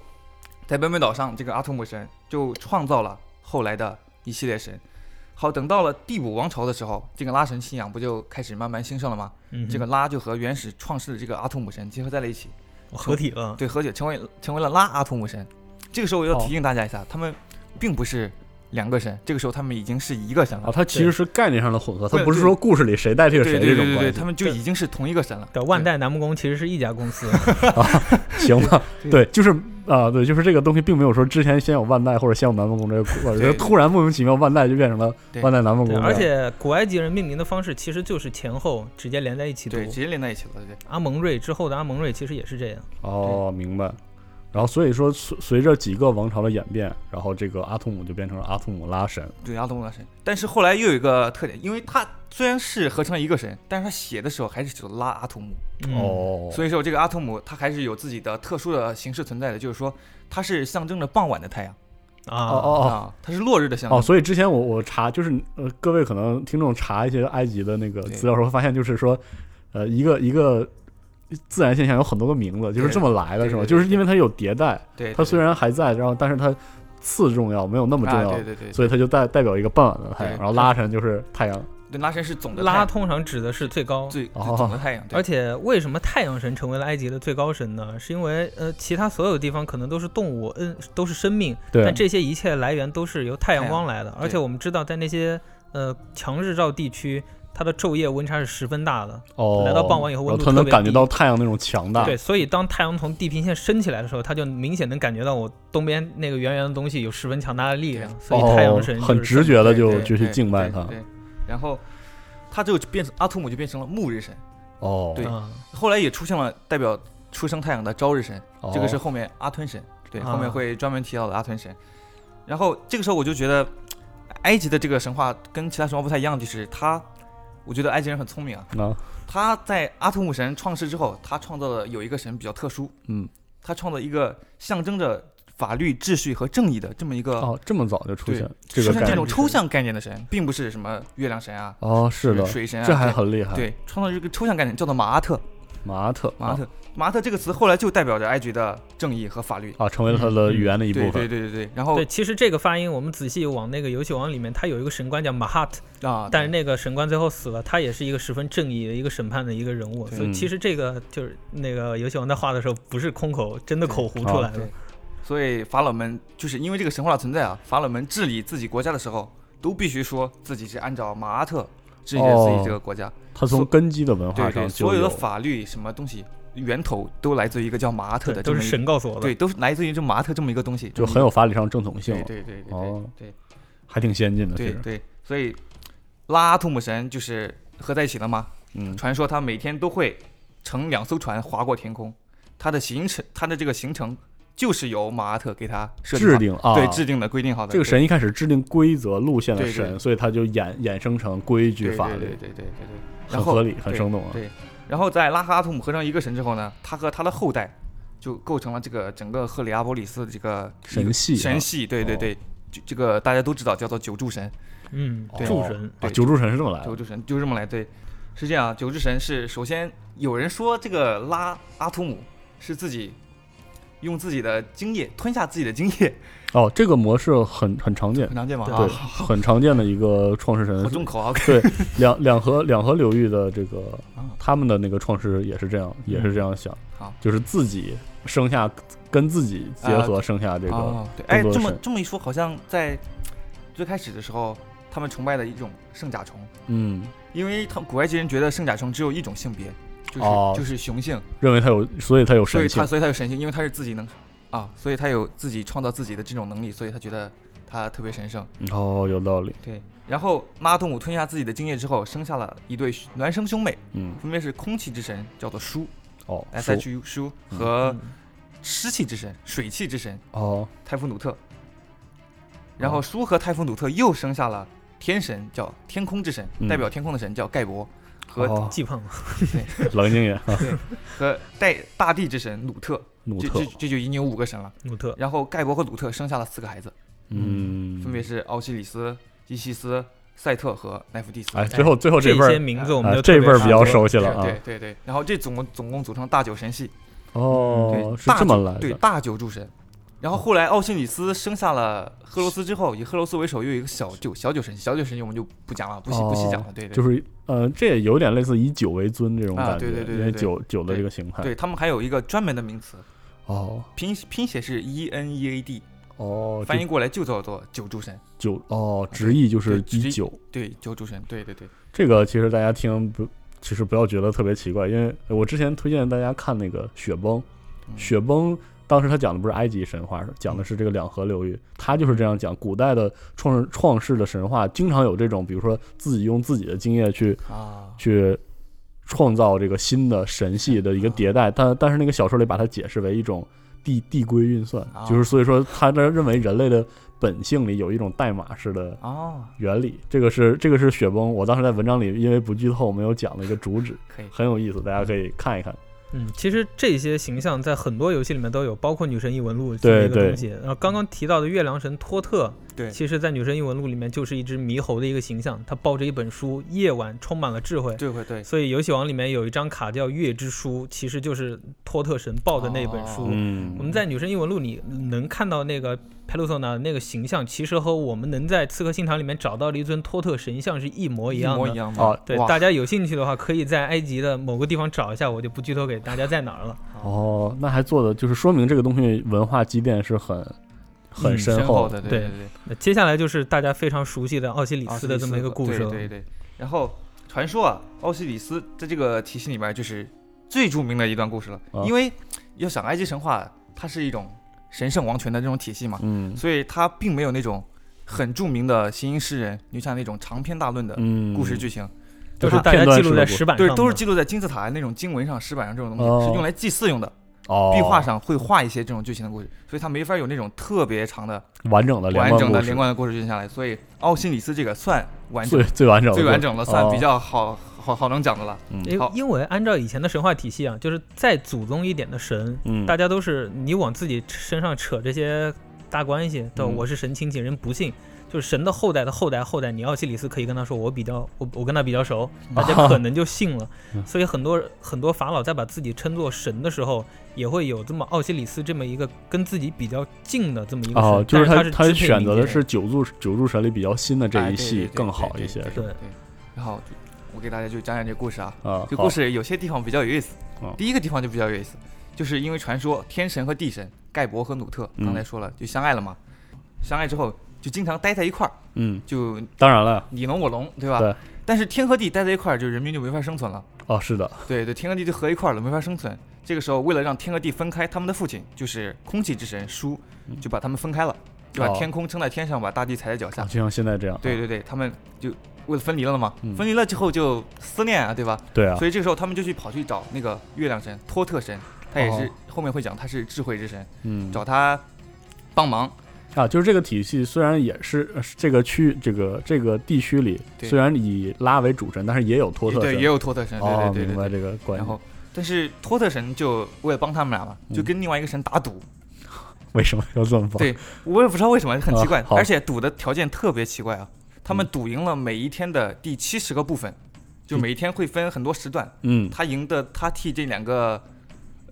在奔奔岛上，这个阿图姆神就创造了后来的一系列神。好，等到了第五王朝的时候，这个拉神信仰不就开始慢慢兴盛了吗？
嗯哼，
这个拉就和原始创世的这个阿图姆神结合在了一起，
合体了，
对，和解成为成为了拉阿图姆神。这个时候我要提醒大家一下，他们并不是两个神，这个时候他们已经是一个神
哎
啊，
了。
它其实是概念上的混合，它
对
不是说故事里谁代替了
对
谁
对
这
对
种
对
关
对，
系
他，们就已经是同一个神了。
对，万代南梦宫其实是一家公司，
行吧？
对
对，就是啊，对，就是这个东西并没有说之前先有万代或者先有南梦宫这个故事，
对
就突然莫名其妙万代就变成了
对
万代南梦
对，
宫，
而且古埃及人命名的方式其实就是前后直接连在一起读
对，。直接连在一起了。对，
阿蒙瑞之后的阿蒙瑞其实也是这样。
哦，明白。然后所以说随随着几个王朝的演变，然后这个阿图姆就变成了阿图姆拉神，
对阿图姆拉神，但是后来又有一个特点，因为他虽然是合成了一个神，但是他写的时候还是写的拉阿图姆，
嗯，
哦，
所以说这个阿图姆他还是有自己的特殊的形式存在的，就是说它是象征着傍晚的太阳
啊，
哦哦哦。
啊，它是落日的象征。
哦，所以之前我我查就是呃，各位可能听众查一些埃及的那个
对
资料时候，发现就是说，呃，一个一个自然现象有很多个名字，就是
对
这么来的，是吗？
对对对
就是因为它有迭代，
对，
它
对
虽然还在，然后但是它次重要，没有那么重
啊
要，
对对对，
所以它就代代表一个傍晚的太阳，
对
然后拉神就是太阳。
对拉神是总的太
拉
阳
通常指的是最高。
最最
哦
总的太阳，对
而且为什么太阳神成为了埃及的最高神呢？是因为呃，其他所有地方可能都是动物，嗯，都是生命，
对
但这些一切来源都是由太阳光来的。
阳
而且
对
我们知道，在那些呃强日照地区，它的昼夜温差是十分大的。
哦，
来到傍晚以后温
然
度
后它能
特别
感觉
低
到太阳那种强大。
对，所以当太阳从地平线升起来的时候，它就明显能感觉到我东边那个圆圆的东西有十分强大的力量，所以
哦
太阳神就是
很
这
直
么
觉的
对
就
对
就去
对
敬拜
对
它。
对，然后他就变成阿图姆就变成了暮日神，
哦，
对
啊
后来也出现了代表出生太阳的朝日神，
哦
这个是后面阿吞神，对，
啊
后面会专门提到的阿吞神。然后这个时候我就觉得，埃及的这个神话跟其他神话不太一样，就是他，我觉得埃及人很聪明啊，
啊，
他在阿图姆神创世之后，他创造了有一个神比较特殊，
嗯，
他创造一个象征着法律、秩序和正义的这么一个。
哦，这么早就出
对
现这
出
个
现
概
这
念
种。抽象概念的神，并不是什么月亮神啊、
哦，是的，
水神啊，
这还
对
很厉害。
对，创造这个抽象概念叫做马阿特。
马特，
马特，马特这个词后来就代表着埃及的正义和法律。
啊，成为了他的语言的一部
嗯对
分。
对对对对，然后
对，其实这个发音我们仔细往那个游戏王里面，它有一个神官叫马哈特，
啊，
但是那个神官最后死了，他也是一个十分正义的一个审判的一个人物，
对
所以其实这个就是那个游戏王在画的时候不是空口，真的口胡出来的
对。所以法老们就是因为这个神话的存在啊，法老们治理自己国家的时候，都必须说自己是按照马阿特治理自己这个国家。
他从根基的文化
对
哦上就
对，所有的法律什么东西源头都来自于一个叫马阿特的
对
这
都
么
是
一个，
神告诉我的
对，。都是来自于这马阿特这么一个东西，
就很有法理上正统
这
性
么一
了
个。嗯对对对
哦
对
还挺先进的。
对
其
对
实，
对，所以拉阿图姆神就是合在一起了吗？
嗯，
传说他每天都会乘两艘船划过天空，他的行程，他的这个行程就是由马阿特给他设
制
好
定啊，
对制定的规定好的
这个
对
神一开始制定规则路线的
对对
神，所以他就衍衍生成规矩
对
法
对对
律，
对对对对，
很
然后
合理，很生动啊。
对，然后在拉哈阿图姆合成一个神之后呢，他和他的后代就构成了这个整个赫里阿波里斯的这个
神系啊
神系，对对
哦
对，就这个大家都知道叫做九柱神，
嗯
对，
诸神
啊，
哦对
九柱神是这么来
九
的。
柱神就这么来对，是这样啊。九柱神是首先有人说这个拉阿图姆是自己用自己的精液吞下自己的精液，
哦，这个模式很很常见，
很常见吗？
对，
啊
很常见的一个创世神
好。重口啊！
对，两两河两河流域的这个他们的那个创世也是这样，也是这样想，
嗯好
就是自己生下跟自己结合
啊
生下这个
哦，对，哎，
众多
这
的
么
神。
这么一说，好像在最开始的时候，他们崇拜的一种圣甲虫，
嗯，
因为他们古埃及人觉得圣甲虫只有一种性别，就是、
哦
就是雄性，
认为他有，所以他有
所
神
以
性
他。所以他有神性，因为他是自己能啊，所以他有自己创造自己的这种能力，所以他觉得他特别神圣。
哦，有道理。
对，然后妈动物吞下自己的精液之后，生下了一对孪生兄妹，
嗯，
分别是空气之神叫做哎舒
哦，
S
熟
H U 舒
嗯
嗯
和湿气之神、水气之神
哦，
泰夫努特。然后舒和泰夫努特又生下了天神叫天空之神，
嗯
代表天空的神叫盖博和
哦
季胖嘛，
冷静
<laughs>
点啊，
和带大地之神鲁特。
努
这
特
这，这就已经有五个神了。
努特，
然后盖博和鲁特生下了四个孩子，
嗯，
分别是奥西里斯、伊西斯、赛特和奈芙蒂斯。
哎，最后最后
这
辈
些
儿，
名字我们
啊
就
这
特别
辈儿比较
熟
熟悉
对
了啊
对。对对。然后这总共总共组成大九神系，
哦
对，，
是
大
这么
九
来
对
的。
大九柱神。然后后来奥西里斯生下了赫罗斯之后，以赫罗斯为首又有一个小九小九神，小九神我们就不讲了，不细不细讲了。对对，
就是呃，这也有点类似以酒为尊这种
啊
感觉，
对对对对
因为
对
酒酒的
对
这个形态。
对他们还有一个专门的名词，
哦
拼拼写是 E N E A D，
哦，
翻
就
译过来就叫做九柱神。
酒哦，直译就是
对直
以
译
酒。
对，九柱神，对对对，
这个其实大家听不，其实不要觉得特别奇怪，因为我之前推荐大家看那个《雪崩》，
嗯
《雪崩》当时他讲的不是埃及神话，讲的是这个两河流域，他就是这样讲。古代的创世创世的神话经常有这种，比如说自己用自己的经验去
啊，
去创造这个新的神系的一个迭代，但但是那个小说里把它解释为一种递递归运算，
啊
就是所以说他这认为人类的本性里有一种代码式的
哦，
原理，这个是这个是雪崩，我当时在文章里因为不剧透没有讲的一个主旨，
可以，
很有意思，大家可以看一看。
嗯，其实这些形象在很多游戏里面都有，包括《女神异闻录》这么
对
一个
对
东西。然后刚刚提到的月亮神托特，
对
其实，在《女神异闻录》里面就是一只猕猴的一个形象，它抱着一本书，夜晚充满了智慧。
对会对，
所以游戏王里面有一张卡叫《月之书》，其实就是托特神抱的那本书。
哦
嗯
我们在《女神异闻录》里能看到那个 Pelusona 那个形象，其实和我们能在《刺客信条》里面找到的一尊托特神像是一模一样的。
模一样吗？
哦
对，
哇
大家有兴趣的话，可以在埃及的某个地方找一下，我就不剧透给大家在哪儿了。 <laughs>
哦，那还做的就是说明这个东西文化积淀是很很
嗯
深
深
厚
的，对
对
对对。
那接下来就是大家非常熟悉的奥西里
啊奥
斯
西
的
里
这么一个故事啊
对对
了。
对。然后传说啊，奥西里斯在这个体系里面就是最著名的一段故事了，
啊
因为要想埃及神话，它是一种神圣王权的这种体系嘛，
嗯
所以它并没有那种很著名的新英诗人留下那种长篇大论的
嗯，
故事剧情，
都
就是是
大
片
家
段
记
式
录
的
在
故
石板上
对，
的，
都是记录在金字塔那种经文上、石板上这种东西，
哦
是用来祭祀用的。
哦，
壁画上会画一些这种剧情的故事，所以它没法有那种特别长的、
完整的啊连
完
贯
整的
故事
连贯的故事剧情下来。所以奥西里斯这个算完整
最最完整的
最
故
完
事
整的，算
哦
比较好好好能讲的了。
因
好
因为按照以前的神话体系啊，就是再祖宗一点的神，
嗯
大家都是你往自己身上扯这些大关系，对吧，
嗯
我是神亲戚，人不信，就是神的后代的后代后代，你奥西里斯可以跟他说，我比较我我跟他比较熟，
嗯
大家可能就
<laughs>
信了。所以很多很多法老在把自己称作神的时候，也会有这么奥西里斯这么一个跟自己比较近的这么一个神，
哦，就
但是
他
是
他
支配
选
民
择的
间
是九柱九柱神里比较新的这
哎
一
对对
系
对
更
对
好
对
一些
对
是吧
吧
对。然后我给大家就讲讲这故事啊，
啊，
这
好
故事有些地方比较有意思
哦。
第一个地方就比较有意思，就是因为传说天神和地神盖博和努特
嗯
刚才说了就相爱了嘛，相爱之后就经常待在一块儿，
嗯，
就
当然了
你侬我侬，对吧？
对。
但是天和地待在一块儿，就人民就没法生存了。
哦，是的，
对对，天和地就合一块儿了，没法生存。这个时候，为了让天和地分开，他们的父亲就是空气之神舒，就把他们分开了，就把
嗯哦
天空撑在天上，把大地踩在脚下
就。像现在这样，
啊对对对，他们就为了分离了嘛，
嗯
分离了之后就思念啊，对吧？
对啊
所，以这个时候他们就去跑去找那个月亮神托特神，他也是、
哦
后面会讲他是智慧之神，
嗯
找他帮忙。
啊，就是这个体系虽然也是呃这个区这个这个地区里
对
虽然以拉为主神，但是也有托特
对，
神
也，有托特神，对
哦，
对对
明白
对对。
这个关
然
系
后，，但是托特神就为了帮他们俩嘛，就
嗯
跟另外一个神打赌，
为什么要这么放？
对我也不知道为什么，很奇怪，
啊好嗯
而且赌的条件特别奇怪啊！他们赌赢了每一天的第七十个部分，就每一天会分很多时段，
嗯
他赢的他替这两个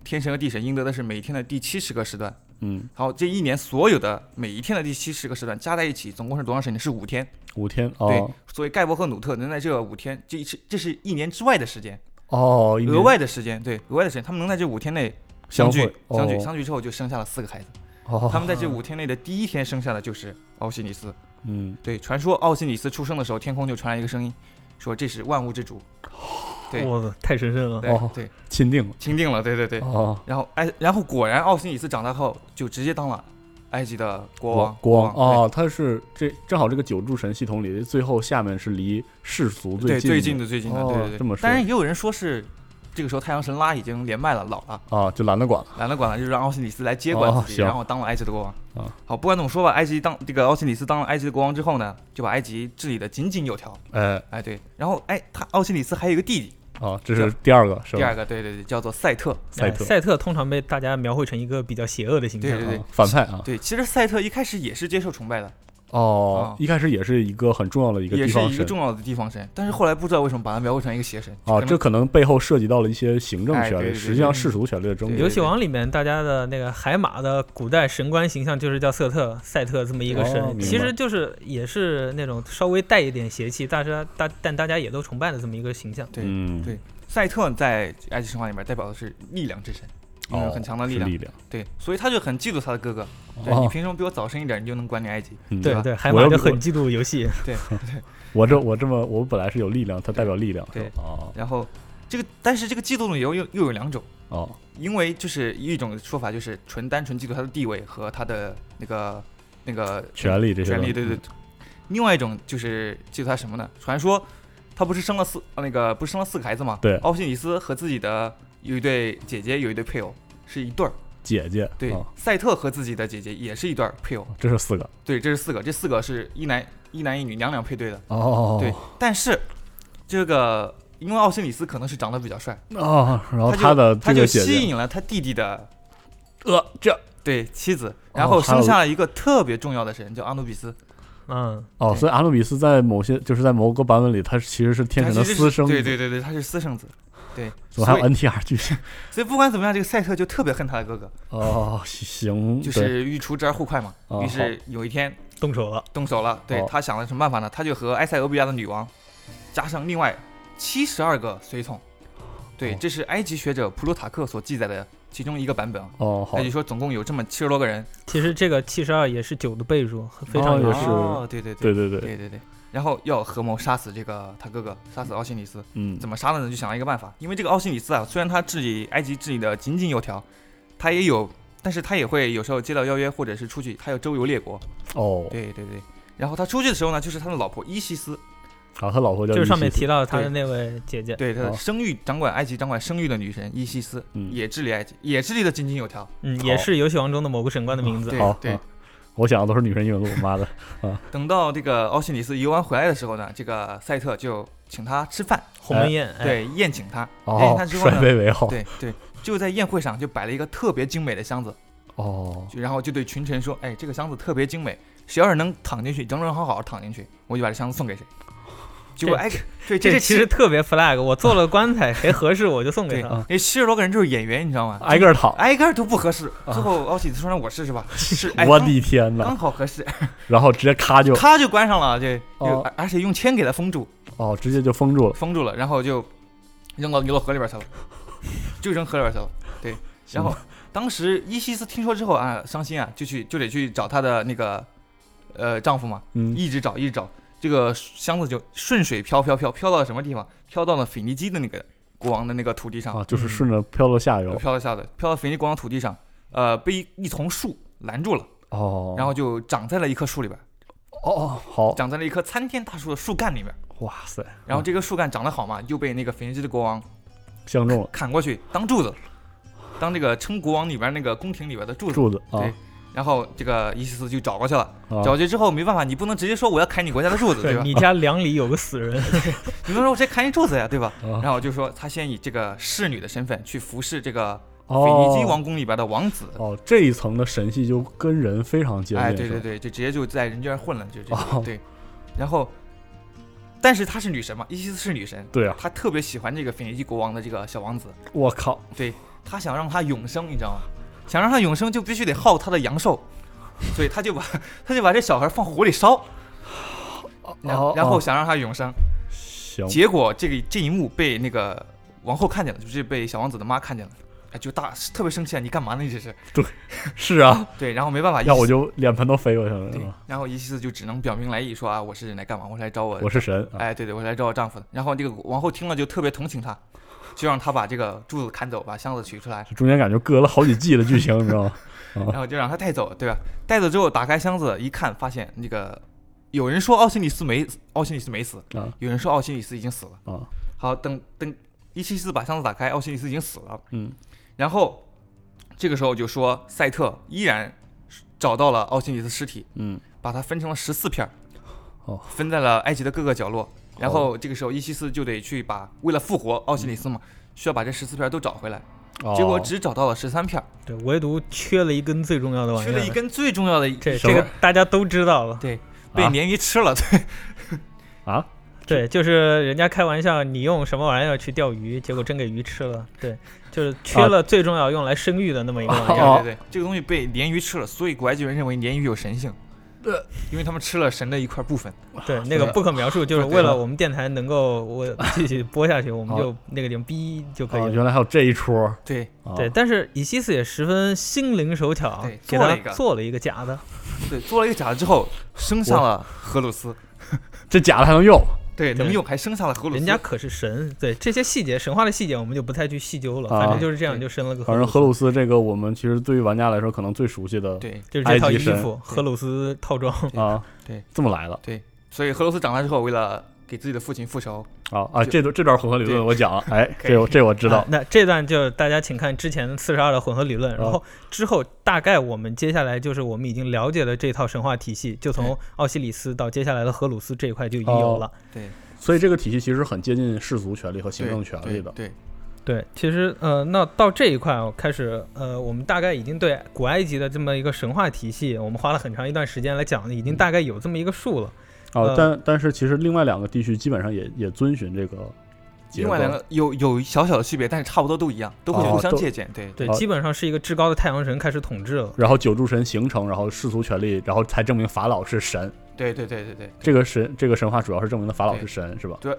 天神和地神应得的是每天的第七十个时段。
嗯，
好，这一年所有的每一天的第七十个时段加在一起，总共是多长时间？是五天。
五天
对
哦，
所以盖博和努特能在这五天，这是这是一年之外的时间，
哦，一年
额外的时间，对，额外的时间，他们能在这五天内
相
聚
会，哦
相聚，相聚之后就生下了四个孩子。
哦
他们在这五天内的第一天生下的就是奥西里斯。
嗯，
对，传说奥西里斯出生的时候，天空就传来一个声音，说这是万物之主。对，
我操，太神圣了！
对
哦
对，
钦定了
钦定了，对对对。
哦，
然后埃，然后果然奥西里斯长大后就直接当了埃及的国王。
国王
国王
哦，他是这正好这个九柱神系统里最后下面是离世俗
对，
近
最
近
近的最近的，
哦
对对对。
这么说
当然也有人说是这个时候太阳神拉已经连麦了，老了。
啊，就懒得管了。
懒得管了，就是让奥西里斯来接管
哦
自己，
行
然后当了埃及的国王。
啊
好，不管怎么说吧，埃及当这个奥西里斯当了埃及的国王之后呢，就把埃及治理的井井有条。
哎，
哎，对，然后哎，他奥西里斯还有一个弟弟，
哦，这是第二个是吧？
第二个，对对对，叫做赛特。
赛特
哎赛特通常被大家描绘成一个比较邪恶的形
对
象
对
啊，
对
啊反派啊。
对，其实赛特一开始也是接受崇拜的，
哦
啊，
一开始也是一个很重要的一个
也
地
是
方
一个
神
重要的地方神，但是后来不知道为什么把他描绘成一个邪神
啊，
可能
这可能背后涉及到了一些行政
哎
权
对
利，
对对
实际上
对
世俗权利的争
对
夺
游。戏王里面大家的那个海马的古代神官形象就是叫瑟特、赛特这么一个神，
哦明白
其实就是也是那种稍微带一点邪气，大家大但大家也都崇拜的这么一个形象。
对
嗯，
对赛特在埃及神话里面代表的是力量之神，拥有
哦，
很强的
是
力
力
量。对，所以他就很嫉妒他的哥哥。对
<laughs>
你
哦，
凭什么比我早生一点，你就能管理埃及？
嗯
对
吧
对，海
我
马
又
就
不
很嫉妒游戏，
我这我这么我本来是有力量，它代表力量是
对
吧？哦
然后这个，但是这个嫉妒的理由又又有两种，
哦，
因为就是一种说法就是纯单纯嫉妒他的地位和他的那个那个
权力这些
权利，
东
对
西嗯
对。对另外一种就是嫉妒他什么呢？传说他不是生了四呃那个不是生了四个孩子吗？
对
奥西里斯和自己的有一对姐姐，有一对配偶是一对儿。
姐姐
对，
哦
赛特和自己的姐姐也是一对儿配偶。
这是四个
对，这是四个，这四个是一男一男一女两两配对的。
哦，
对，但是这个因为奥西里斯可能是长得比较帅，
哦，然后
他就
他的这
他就
个姐
吸
姐，
引了他弟弟的
呃，这
对妻
哦
子，然后生下了一个特别重要的神，叫阿努比斯。
嗯，
哦，所以阿努比斯在某些就是在某个版本里，他其实是天神的
他其实
私
是
生子，
对对对对，他是私生子。
<laughs>
对，
怎么还
所
有
以
NTR
<laughs>
剧情？
所以不管怎么样，这个赛特就特别恨他的哥哥，
哦，行，
就
对
是欲除之而后快嘛。
哦
于是有一天
动手了，
动手了，对
哦
他想了什么办法呢？他就和埃塞俄比亚的女王，加上另外七十二个随从。对
哦，
这是埃及学者普鲁塔克所记载的其中一个版本啊。
哦，好
他，就说总共有这么七十多个人，
其实这个七十二也是九的倍数，非常
哦
有
也
趣。
是
哦，对对
对
对
对对，
对对对。然后要合谋杀死这个他哥哥，杀死奥西里斯。
嗯，
怎么杀的呢？就想了一个办法，因为这个奥西里斯啊，虽然他治理埃及治理的井井有条，他也有，但是他也会有时候接到邀约或者是出去，他要周游列国。
哦，
对对对。然后他出去的时候呢，就是他的老婆伊西斯，
好，他老婆叫
就是上
伊
面
西斯
提到他的那位姐姐，
对他
哦
的生育掌管埃及掌管生育的女神伊西斯，
嗯
也治理埃及，也治理的井井有条。
嗯，也是游戏王中的某个神官的名字
对。
好，
对
啊，我想的都是女神异闻录，
<laughs>
妈的，
等到这个奥西里斯游玩回来的时候呢，这个赛特就请他吃饭，
鸿门宴，哎，
对，宴请他。宴请
哦
哎他，之后
<laughs> 帅
呢，
卑为后，
对对，就在宴会上就摆了一个特别精美的箱子，
哦，
就然后就对群臣说：“哎，这个箱子特别精美，谁要是能躺进去，整整好好躺进去，我就把这箱子送给谁。”结果
这
哎，对，
这
这
其实特别 flag，我做了棺材，谁合适我就送给
对哦
他。，
那哎七十多个人就是演员，你知道吗？
挨个儿躺，
挨个儿都不合适。最后奥喜斯说：“让我
<laughs>
试试吧。”是，哎
我
刚
的天呐，
刚好合适，
然后直接咔就，
咔就关上了，这就
哦
而且用铅给它封住，
哦，直接就封住了，
封住了，然后就扔到游乐河里边去了，就扔河里边去了。对，然后当时伊西斯听说之后啊，伤心啊，就去就得去找她的那个呃丈夫嘛，
嗯，
一直找一直找，这个箱子就顺水飘飘飘飘到了什么地方？飘到了腓尼基的那个国王的那个土地上，
啊，就是哦顺着飘到下游，
嗯飘到下的，飘到腓尼基国王土地上，呃，被一一丛树拦住了，
哦，
然后就长在了一棵树里边，
哦哦好，
长在了一棵参天大树的树干里面。
哇塞，
然后
啊
这个树干长得好嘛，又被那个腓尼基的国王
相中了
砍过去当柱子，当这个称国王里边那个宫廷里边的柱子。
柱子啊
对，然后这个伊西斯就找过去了，
啊
找过去之后没办法，你不能直接说我要砍你国家的柱子，对吧？
你家梁里有个死人，
你能说我直接砍你柱子呀，对吧？
啊
然后就说他先以这个侍女的身份去服侍这个
哦
腓尼基王宫里边的王子。
哦，这一层的神系就跟人非常接近，
哎，对对
是吧，
对，就直接就在人间混了，就这、
哦
对。然后，但是她是女神嘛，伊西斯是女神，
对啊，
她特别喜欢这个腓尼基国王的这个小王子。
我靠，
对，他想让他永生，你知道吗？想让他永生就必须得耗他的阳寿， <laughs> 所以他就把 <laughs> 他就把这小孩放火里烧，然
哦
然后
哦
想让他永生。
行，
结果这个这一幕被那个王后看见了，就是被小王子的妈看见了，哎，就大特别生气啊！你干嘛呢？你这是？
对，是啊，
对，然后没办法，
要我就嗯脸盆都飞过去了。是
对
吧，
然后伊西斯就只能表明来意说啊，我是来干嘛？我是来找我，
我是神啊
哎，对对，我是来找我丈夫的。然后这个王后听了就特别同情他，就让他把这个柱子砍走，把箱子取出来，
中间感觉隔了好几季的剧情，你知道吗？
然后就让他带走，对吧？带走之后打开箱子一看，发现那个有人说奥西里斯没奥西里斯没死，
啊
有人说奥西里斯已经死了。
啊，
好，等等，伊西斯把箱子打开，奥西里斯已经死了。
嗯，
然后这个时候就说赛特依然找到了奥西里斯尸体，
嗯，
把它分成了十四片儿，
哦，
分在了埃及的各个角落。然后这个时候伊西斯就得去把为了复活奥西里斯
嗯
嘛，需要把这十四片儿都找回来。
哦
结果只找到了十三片儿，
对，唯独缺了一根最重要
哦
的玩意儿，
缺了一根最重要的一，
这
什
这
么
个大家都知道了，
对，被鲶鱼吃了， <laughs> 对，
啊，
对，就是人家开玩笑，你用什么玩意儿去钓鱼，结果真给鱼吃了，
<laughs>
对，就是缺了最重要用来生育的那么一个
哦
玩意儿，
<laughs> 对对对，这个东西被鲶鱼吃了，所以古埃及人认为鲶鱼有神性，
呃，
因为他们吃了神的一块部分。
对，那个不可描述，就是为了我们电台能够我继续播下去，我们就
好
那个点逼就可以
哦，
了。
原来还有这一出。
对
啊
对，但是以西斯也十分心灵手巧，给
做了
他
一个
做了一个假的，
对，做了一个假的之后，生下了荷鲁斯，
这假的还能用？
对，能用还生下了荷鲁斯。
人家可是神，对这些细节，神话的细节我们就不太去细究了，
哦
啊
反正就是这样就生了个荷
反
鲁
正
斯，
荷鲁斯这个，我们其实对于玩家来说可能最熟悉的，
对
就是
埃
这套衣
及神
服，荷鲁斯套装，
啊，
对，
这么来的
对，所以荷鲁斯长大之后，为了给自己的父亲复仇，
啊啊，
就
这段这段混合理论我讲了，哎，这我这我知
啊
道，
那这段就是大家请看之前四十二的混合理论，
啊
然后之后大概我们接下来就是我们已经了解了这套神话体系，就
哎
从奥西里斯到接下来的荷鲁斯这一块就已
哦
经有了。
对，
所以这个体系其实很接近世俗权利和行政权利的，
哎对，对
对，其实呃，那到这一块我开始呃，我们大概已经对古埃及的这么一个神话体系，我们花了很长一段时间来讲，
嗯
已经大概有这么一个数了。
哦
嗯
呃，
但但是其实另外两个地区基本上也也遵循这个结
另
构，
外两个有有小小的区别，但是差不多都一样，都会
哦
互相
都
借鉴。对
对，
好
基本上是一个至高的太阳神开始统治了。
然后九柱神形成，然后世俗权利，然后才证明法老是神，
对对对对对，
这个神这个神话主要是证明了法老是
对
神，是吧？
对，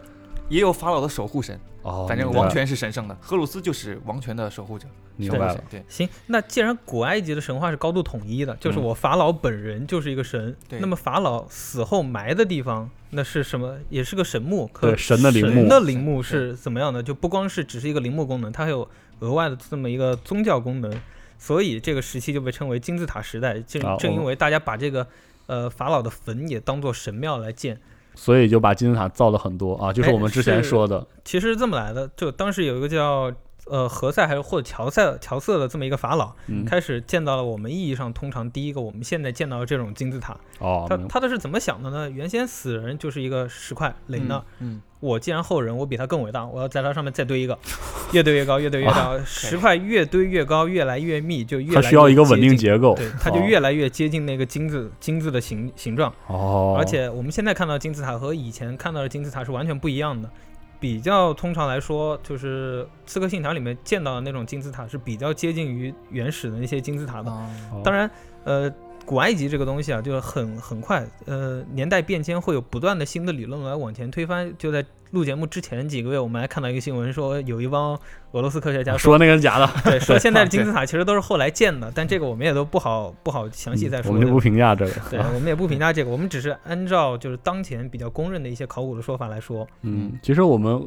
也有法老的守护神，
哦
反正
明白
王权是神圣的，荷鲁斯就是王权的守护者，
明
守护
白
神
了
对
行，那既然古埃及的神话是高度统一的，就是
嗯
我法老本人就是一个神，
对
那么法老死后埋的地方那是什么？也是个神墓，可
对神的陵墓
神的陵墓是怎么样的？就不光是只是一个陵墓功能，它还有额外的这么一个宗教功能，所以这个时期就被称为金字塔时代。正
啊
正
我
因为大家把这个呃法老的坟也当做神庙来建，
所以就把金字塔造了很多啊，就是
哎
我们之前
是
说的，
其实这么来的，就当时有一个叫呃何塞还是或者乔塞乔瑟的这么一个法老，
嗯
开始建到了我们意义上通常第一个我们现在见到的这种金字塔。
哦，
他
明白
他的是怎么想的呢？原先死人就是一个石块垒那儿，
嗯
我既然后人，我比他更伟大，我要在他上面再堆一个，越堆越高，越堆越高，石块越堆越高，越来越密，就越来
哦它
越
需要一个稳定
接近
结构
对，它就
哦
越来越接近那个金字金字的形形状。
哦，
而且我们现在看到金字塔和以前看到的金字塔是完全不一样的。比较通常来说，就是《刺客信条》里面见到的那种金字塔是比较接近于原始的那些金字塔的。
哦
当然，呃，古埃及这个东西啊，就是很很快，呃，年代变迁会有不断的新的理论来往前推翻。就在录节目之前几个月，我们还看到一个新闻说，有一帮俄罗斯科学家
说那个是假的，
对，说现在的金字塔其实都是后来建的，但这个我们也都不好不好详细再说。
嗯我们就
对吧
不评价这个。嗯
对，我们也不评价这个，我们只是按照就是当前比较公认的一些考古的说法来说。
嗯，其实我们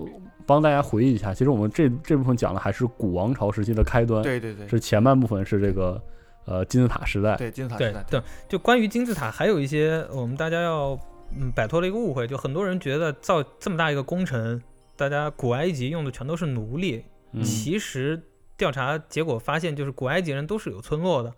帮大家回忆一下，其实我们这这部分讲的还是古王朝时期的开端，
对对对
是前半部分是这个呃金字塔时代，
对金字塔时
对
代，
对，就关于金字塔，还有一些我们大家要嗯摆脱了一个误会，就很多人觉得造这么大一个工程，大家古埃及用的全都是奴隶，
嗯
其实调查结果发现，就是古埃及人都是有村落的。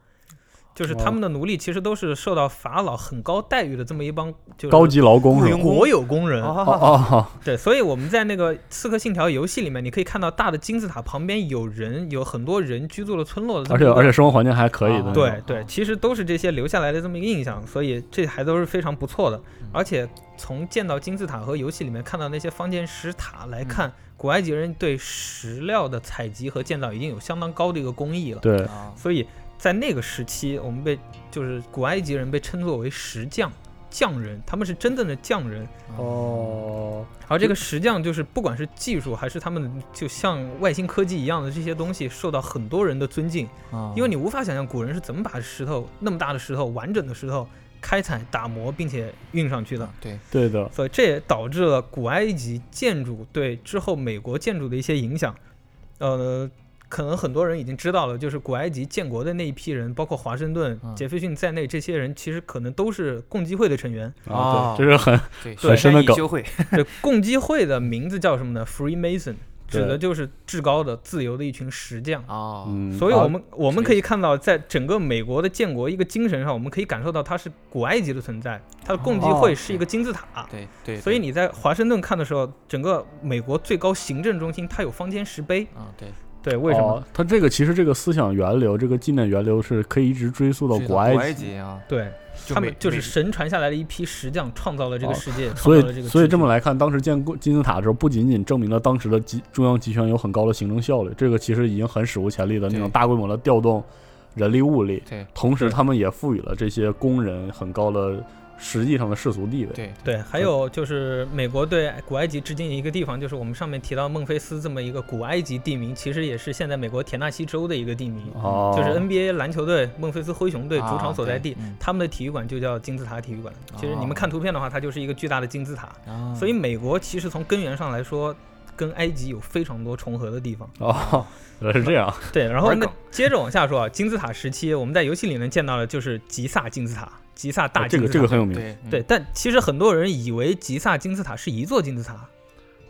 就是
哦
他们的奴隶其实都是受到法老很高待遇的这么一帮就是
高级劳工是吧
国有工人。
哦哦哦
对，所以我们在那个《刺客信条》游戏里面，你可以看到大的金字塔旁边有人，有很多人居住了村落的这
而
么一
且
个，
而且生活环境还可以的那种。
对对，其实都是这些留下来的这么一个印象，所以这还都是非常不错的。而且从见到金字塔和游戏里面看到那些方尖石塔来看，古埃及人对石料的采集和建造已经有相当高的一个工艺了。
对
啊，
所以在那个时期，我们被就是古埃及人被称作为石匠、匠人，他们是真正的匠人。
哦，
而这个石匠就是不管是技术还是他们就像外星科技一样的这些东西，受到很多人的尊敬，
啊
因为你无法想象古人是怎么把石头那么大的石头完整的石头开采、打磨并且运上去的。
对，
对的，
所以这也导致了古埃及建筑对之后美国建筑的一些影响。呃，可能很多人已经知道了，就是古埃及建国的那一批人，包括华盛顿、
嗯
杰斐逊在内，这些人其实可能都是共济会的成员。
啊，
哦
对，这是很
对，
很深的梗
修会 <laughs>
对，共济会的名字叫什么呢？Freemason，指
对
的就是至高的、自由的一群石匠。
哦，
嗯，
所以，我们、我
所
们
以
可以看到，在整个美国的建国一个精神上，我们可以感受到它是古埃及的存在。它的共济
哦
会是一个金字塔，
对对，
所以
对
你在华盛顿看的时候，整个美国最高行政中心它有方尖石碑。
啊对，
对，为什么？
哦他这个其实这个思想源流，这个纪念源流是可以一直追溯到
去
古
埃
埃及。
及啊，
对他
美
们就是
美
神传下来的一批石匠，创造了这个
哦
世界，
所
创造了这
以，
个。
所以这么，来看，当时建过金字塔的时候，不仅仅证明了当时的集中央集权有很高的行政效率，这个其实已经很史无前例的那种
对
大规模的调动人力物力，
对
同时他们也赋予了这些工人很高的实际上的世俗地位。
对
对，还有就是美国对古埃及致敬的一个地方，就是我们上面提到孟菲斯这么一个古埃及地名，其实也是现在美国田纳西州的一个地名，
哦，
就是 NBA 篮球队孟菲斯灰熊队主场所在地，
啊对嗯哦
他们的体育馆就叫金字塔体育馆。其实你们看图片的话，它就是一个巨大的金字塔。
啊
所以美国其实从根源上来说，跟埃及有非常多重合的地方。
哦，原来是这样。
对，然后
玩
那
梗
接着往下说啊，金字塔时期，我们在游戏里能见到的就是吉萨金字塔，吉萨 <laughs> 大
哦这个
金字塔。
这个很有名，
对嗯
对，但其实很多人以为吉萨金字塔是一座金字塔，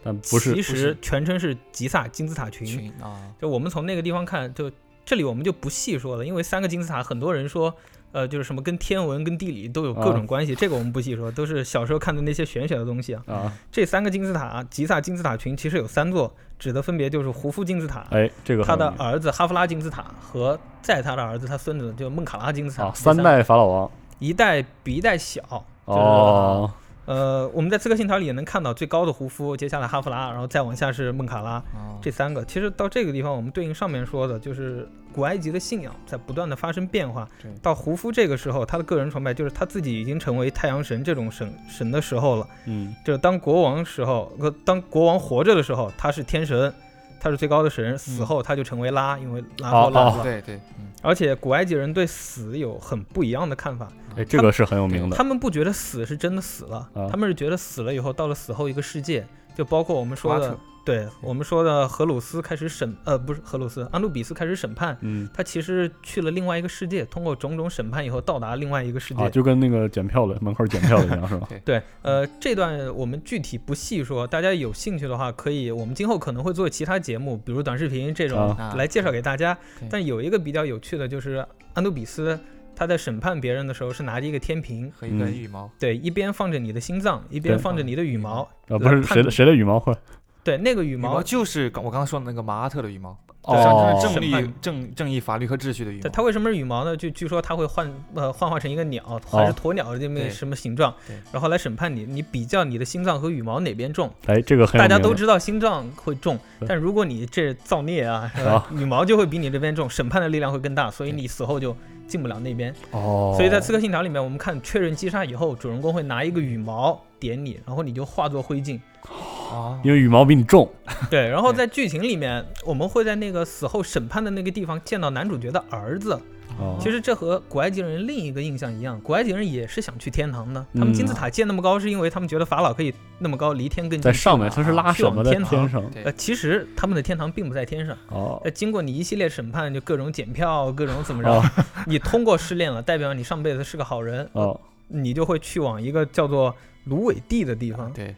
但不是
其
不
实
是
全称是吉萨金字塔群。
群啊，
就我们从那个地方看，就这里我们就不细说了，因为三个金字塔，很多人说，呃，就是什么跟天文、跟地理都有各种关系，这个我们不细说，都是小时候看的那些玄学的东西啊。
啊。
这三个金字塔，吉萨金字塔群其实有三座，指的分别就是胡夫金字塔。
哎，这个很
他
有
的
名
儿子哈夫拉金字塔和在他的儿子他孙子就孟卡拉金字塔，
啊，三代法老王
一代比一代小，就是
哦，
呃，我们在《刺客信条》里也能看到最高的胡夫，接下来哈弗拉，然后再往下是孟卡拉，
哦
这三个。其实到这个地方，我们对应上面说的，就是古埃及的信仰在不断的发生变化
对。
到胡夫这个时候，他的个人崇拜就是他自己已经成为太阳神这种神神的时候了。
嗯，
就是当国王时候，呃，当国王活着的时候，他是天神，他是最高的
嗯
神；死后他就成为拉，因为拉
哦
后拉
哦
了。
对对，嗯
而且古埃及人对死有很不一样的看法。
哎，这个是很有名的
他们不觉得死是真的死了，
啊
他们是觉得死了以后到了死后一个世界，就包括我们说
瓦
的
特，
对我们说的荷鲁斯开始审，呃，不是荷鲁斯，安努比斯开始审判，
嗯
他其实去了另外一个世界，通过种种审判以后到达另外一个世界。
啊，就跟那个检票的门口检票的一样是
<laughs>
吧？
对，呃，这段我们具体不细说，大家有兴趣的话可以，我们今后可能会做其他节目，比如短视频这种
啊
来介绍给大家
对。
但有一个比较有趣的就是安努比斯。他在审判别人的时候是拿着一个天平，
和一根羽毛，
对，一边放着你的心脏，一边
对
放着你的羽毛。
啊，不是谁的谁的羽毛会
对，那个羽
羽
毛，
就是刚我刚刚说的那个马阿特的羽毛，
对
象
哦
征着
是
正义
审、
正正义、法律和秩序的羽
它
毛。
它为什么是羽毛呢？就据说它会幻呃幻化成一个鸟，还是鸵鸟的这么一个
对
什么形状
对，
然后来审判你。你比较你的心脏和羽毛哪边重？
哎，这个很有
大家
名
都
的
知道心脏会重
对，
但如果你这造孽啊，是吧羽毛就会比你这边重，审判的力量会更大，所以你死后就进不了那边。
哦，
所以在《刺客信条》里面，我们看确认击杀以后，主人公会拿一个羽毛点你，然后你就化作灰烬。
啊，
因为羽毛比你重
对，然后
对
在剧情里面，我们会在那个死后审判的那个地方见到男主角的儿子。
哦
其实这和古埃及人另一个印象一样，古埃及人也是想去天堂的。他们金字塔建那么高，是因为他们觉得法老可以那么高，离天更近。
在上面，它是拉
去
什
往
么在
天堂
天上？
对
呃，其实他们的天堂并不在天上。
哦
呃，经过你一系列审判，就各种检票，各种怎么 <laughs> 着，你通过失恋了，代表你上辈子是个好人，
哦，啊
你就会去往一个叫做芦苇地的地方。
对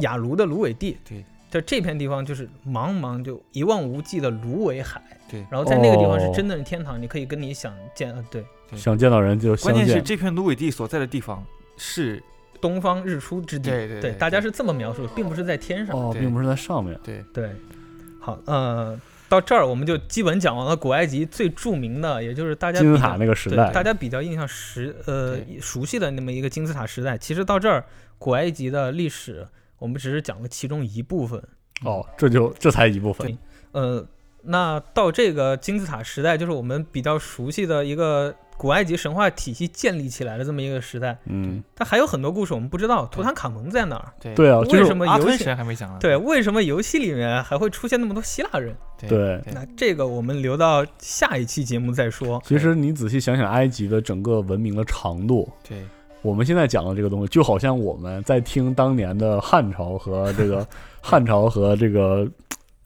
雅茹的芦苇地。
对，
就这片地方就是茫茫就一望无际的芦苇海，
对
然后在那个地方
哦
是真的是天堂，你可以跟你想见呃对
想见到人就相
关键是
见。
这片芦苇地所在的地方是，
东方日出之地，
对对对
大家是这么描述的，并不是在天上，
哦，
对
并不是在上面。
对，
对，好，呃，到这儿我们就基本讲完了古埃及最著名的，也就是大家
金字
比较
塔那个时
对
代，
大家比较印象时呃
对
熟悉的那么一个金字塔时代。其实到这儿，古埃及的历史我们只是讲了其中一部分。
哦，这就这才一部分
对。呃，那到这个金字塔时代，就是我们比较熟悉的一个古埃及神话体系建立起来的这么一个时代。
嗯，
它还有很多故事我们不知道，图坦卡蒙在哪儿？
对
对啊，嗯就
为什
是
么
阿
游
吞
戏
神还没讲呢，
对为什么游戏里面还会出现那么多希腊人？
对。
对
那这个我们留到下一期节目再说。
其实你仔细想想，埃及的整个文明的长度，
对
我们现在讲的这个东西，就好像我们在听当年的汉朝和这个汉朝和这个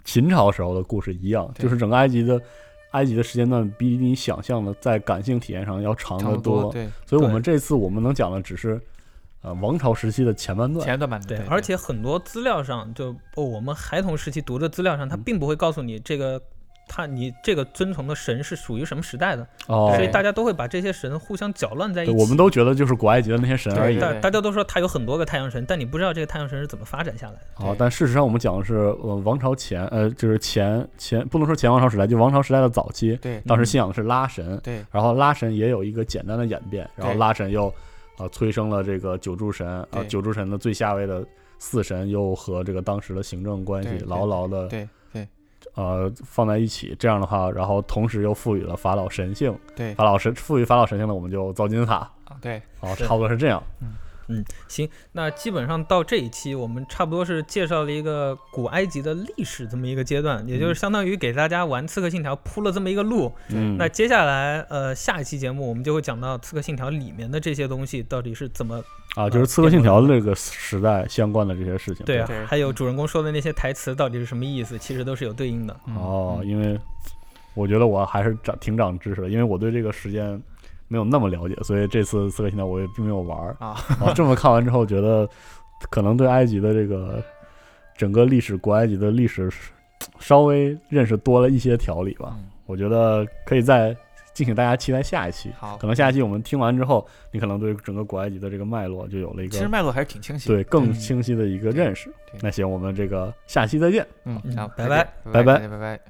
秦朝时候的故事一样，
对
就是整个埃及的埃及的时间段比你想象的在感性体验上要长
差
得
不多，对
所以我们这次我们能讲的只是呃王朝时期的前半段。
前段版
对，而且很多资料上，就哦我们孩童时期读的资料上，
嗯
它并不会告诉你这个。它你这个尊崇的神是属于什么时代的，
哦
所以大家都会把这些神互相搅乱在一
对
起。
我们都觉得就是古埃及的那些神而已。
对
大大家都说它有很多个太阳神，但你不知道这个太阳神是怎么发展下来的。
好，但事实上我们讲的是呃王朝前呃就是前前不能说前王朝时代，就王朝时代的早期，
对嗯
当时信仰的是拉神，
对
然后拉神也有一个简单的演变，然后
对
拉神又呃催生了这个九柱神啊、
对
九柱神的最下位的四神又和这个当时的行政关系
对对
牢牢的
对对
呃放在一起，这样的话，然后同时又赋予了法老神性，
对
法老神赋予法老神性了，我们就造金字塔，
对
哦，
是
差不多是这样，
嗯
行，那基本上到这一期，我们差不多是介绍了一个古埃及的历史这么一个阶段，也
嗯
就是相当于给大家玩《刺客信条》铺了这么一个路。
嗯，
那接下来，呃，下一期节目我们就会讲到《刺客信条》里面的这些东西到底是怎么
啊就是《刺客信条》这个时代相关的这些事情，
对啊，
对
还有主人公说的那些台词到底是什么意思，其实都是有对应的。
嗯
哦，因为我觉得我还是长挺长知识的，因为我对这个时间没有那么了解，所以这次刺客信条我也并没有玩儿
啊。
啊这么看完之后，觉得可能对埃及的这个整个历史，古埃及的历史是稍微认识多了一些条理吧。
嗯
我觉得可以再敬请大家期待下一期。
好
可，能下一期我们听完之后，你可能对整个古埃及的这个脉络就有了一
其实
个
脉络还是挺清晰的，
对更清晰的一个认识
嗯对。
那行，我们这个下期再见。
嗯
嗯，
好，
拜
再见
拜
拜
拜
拜拜拜。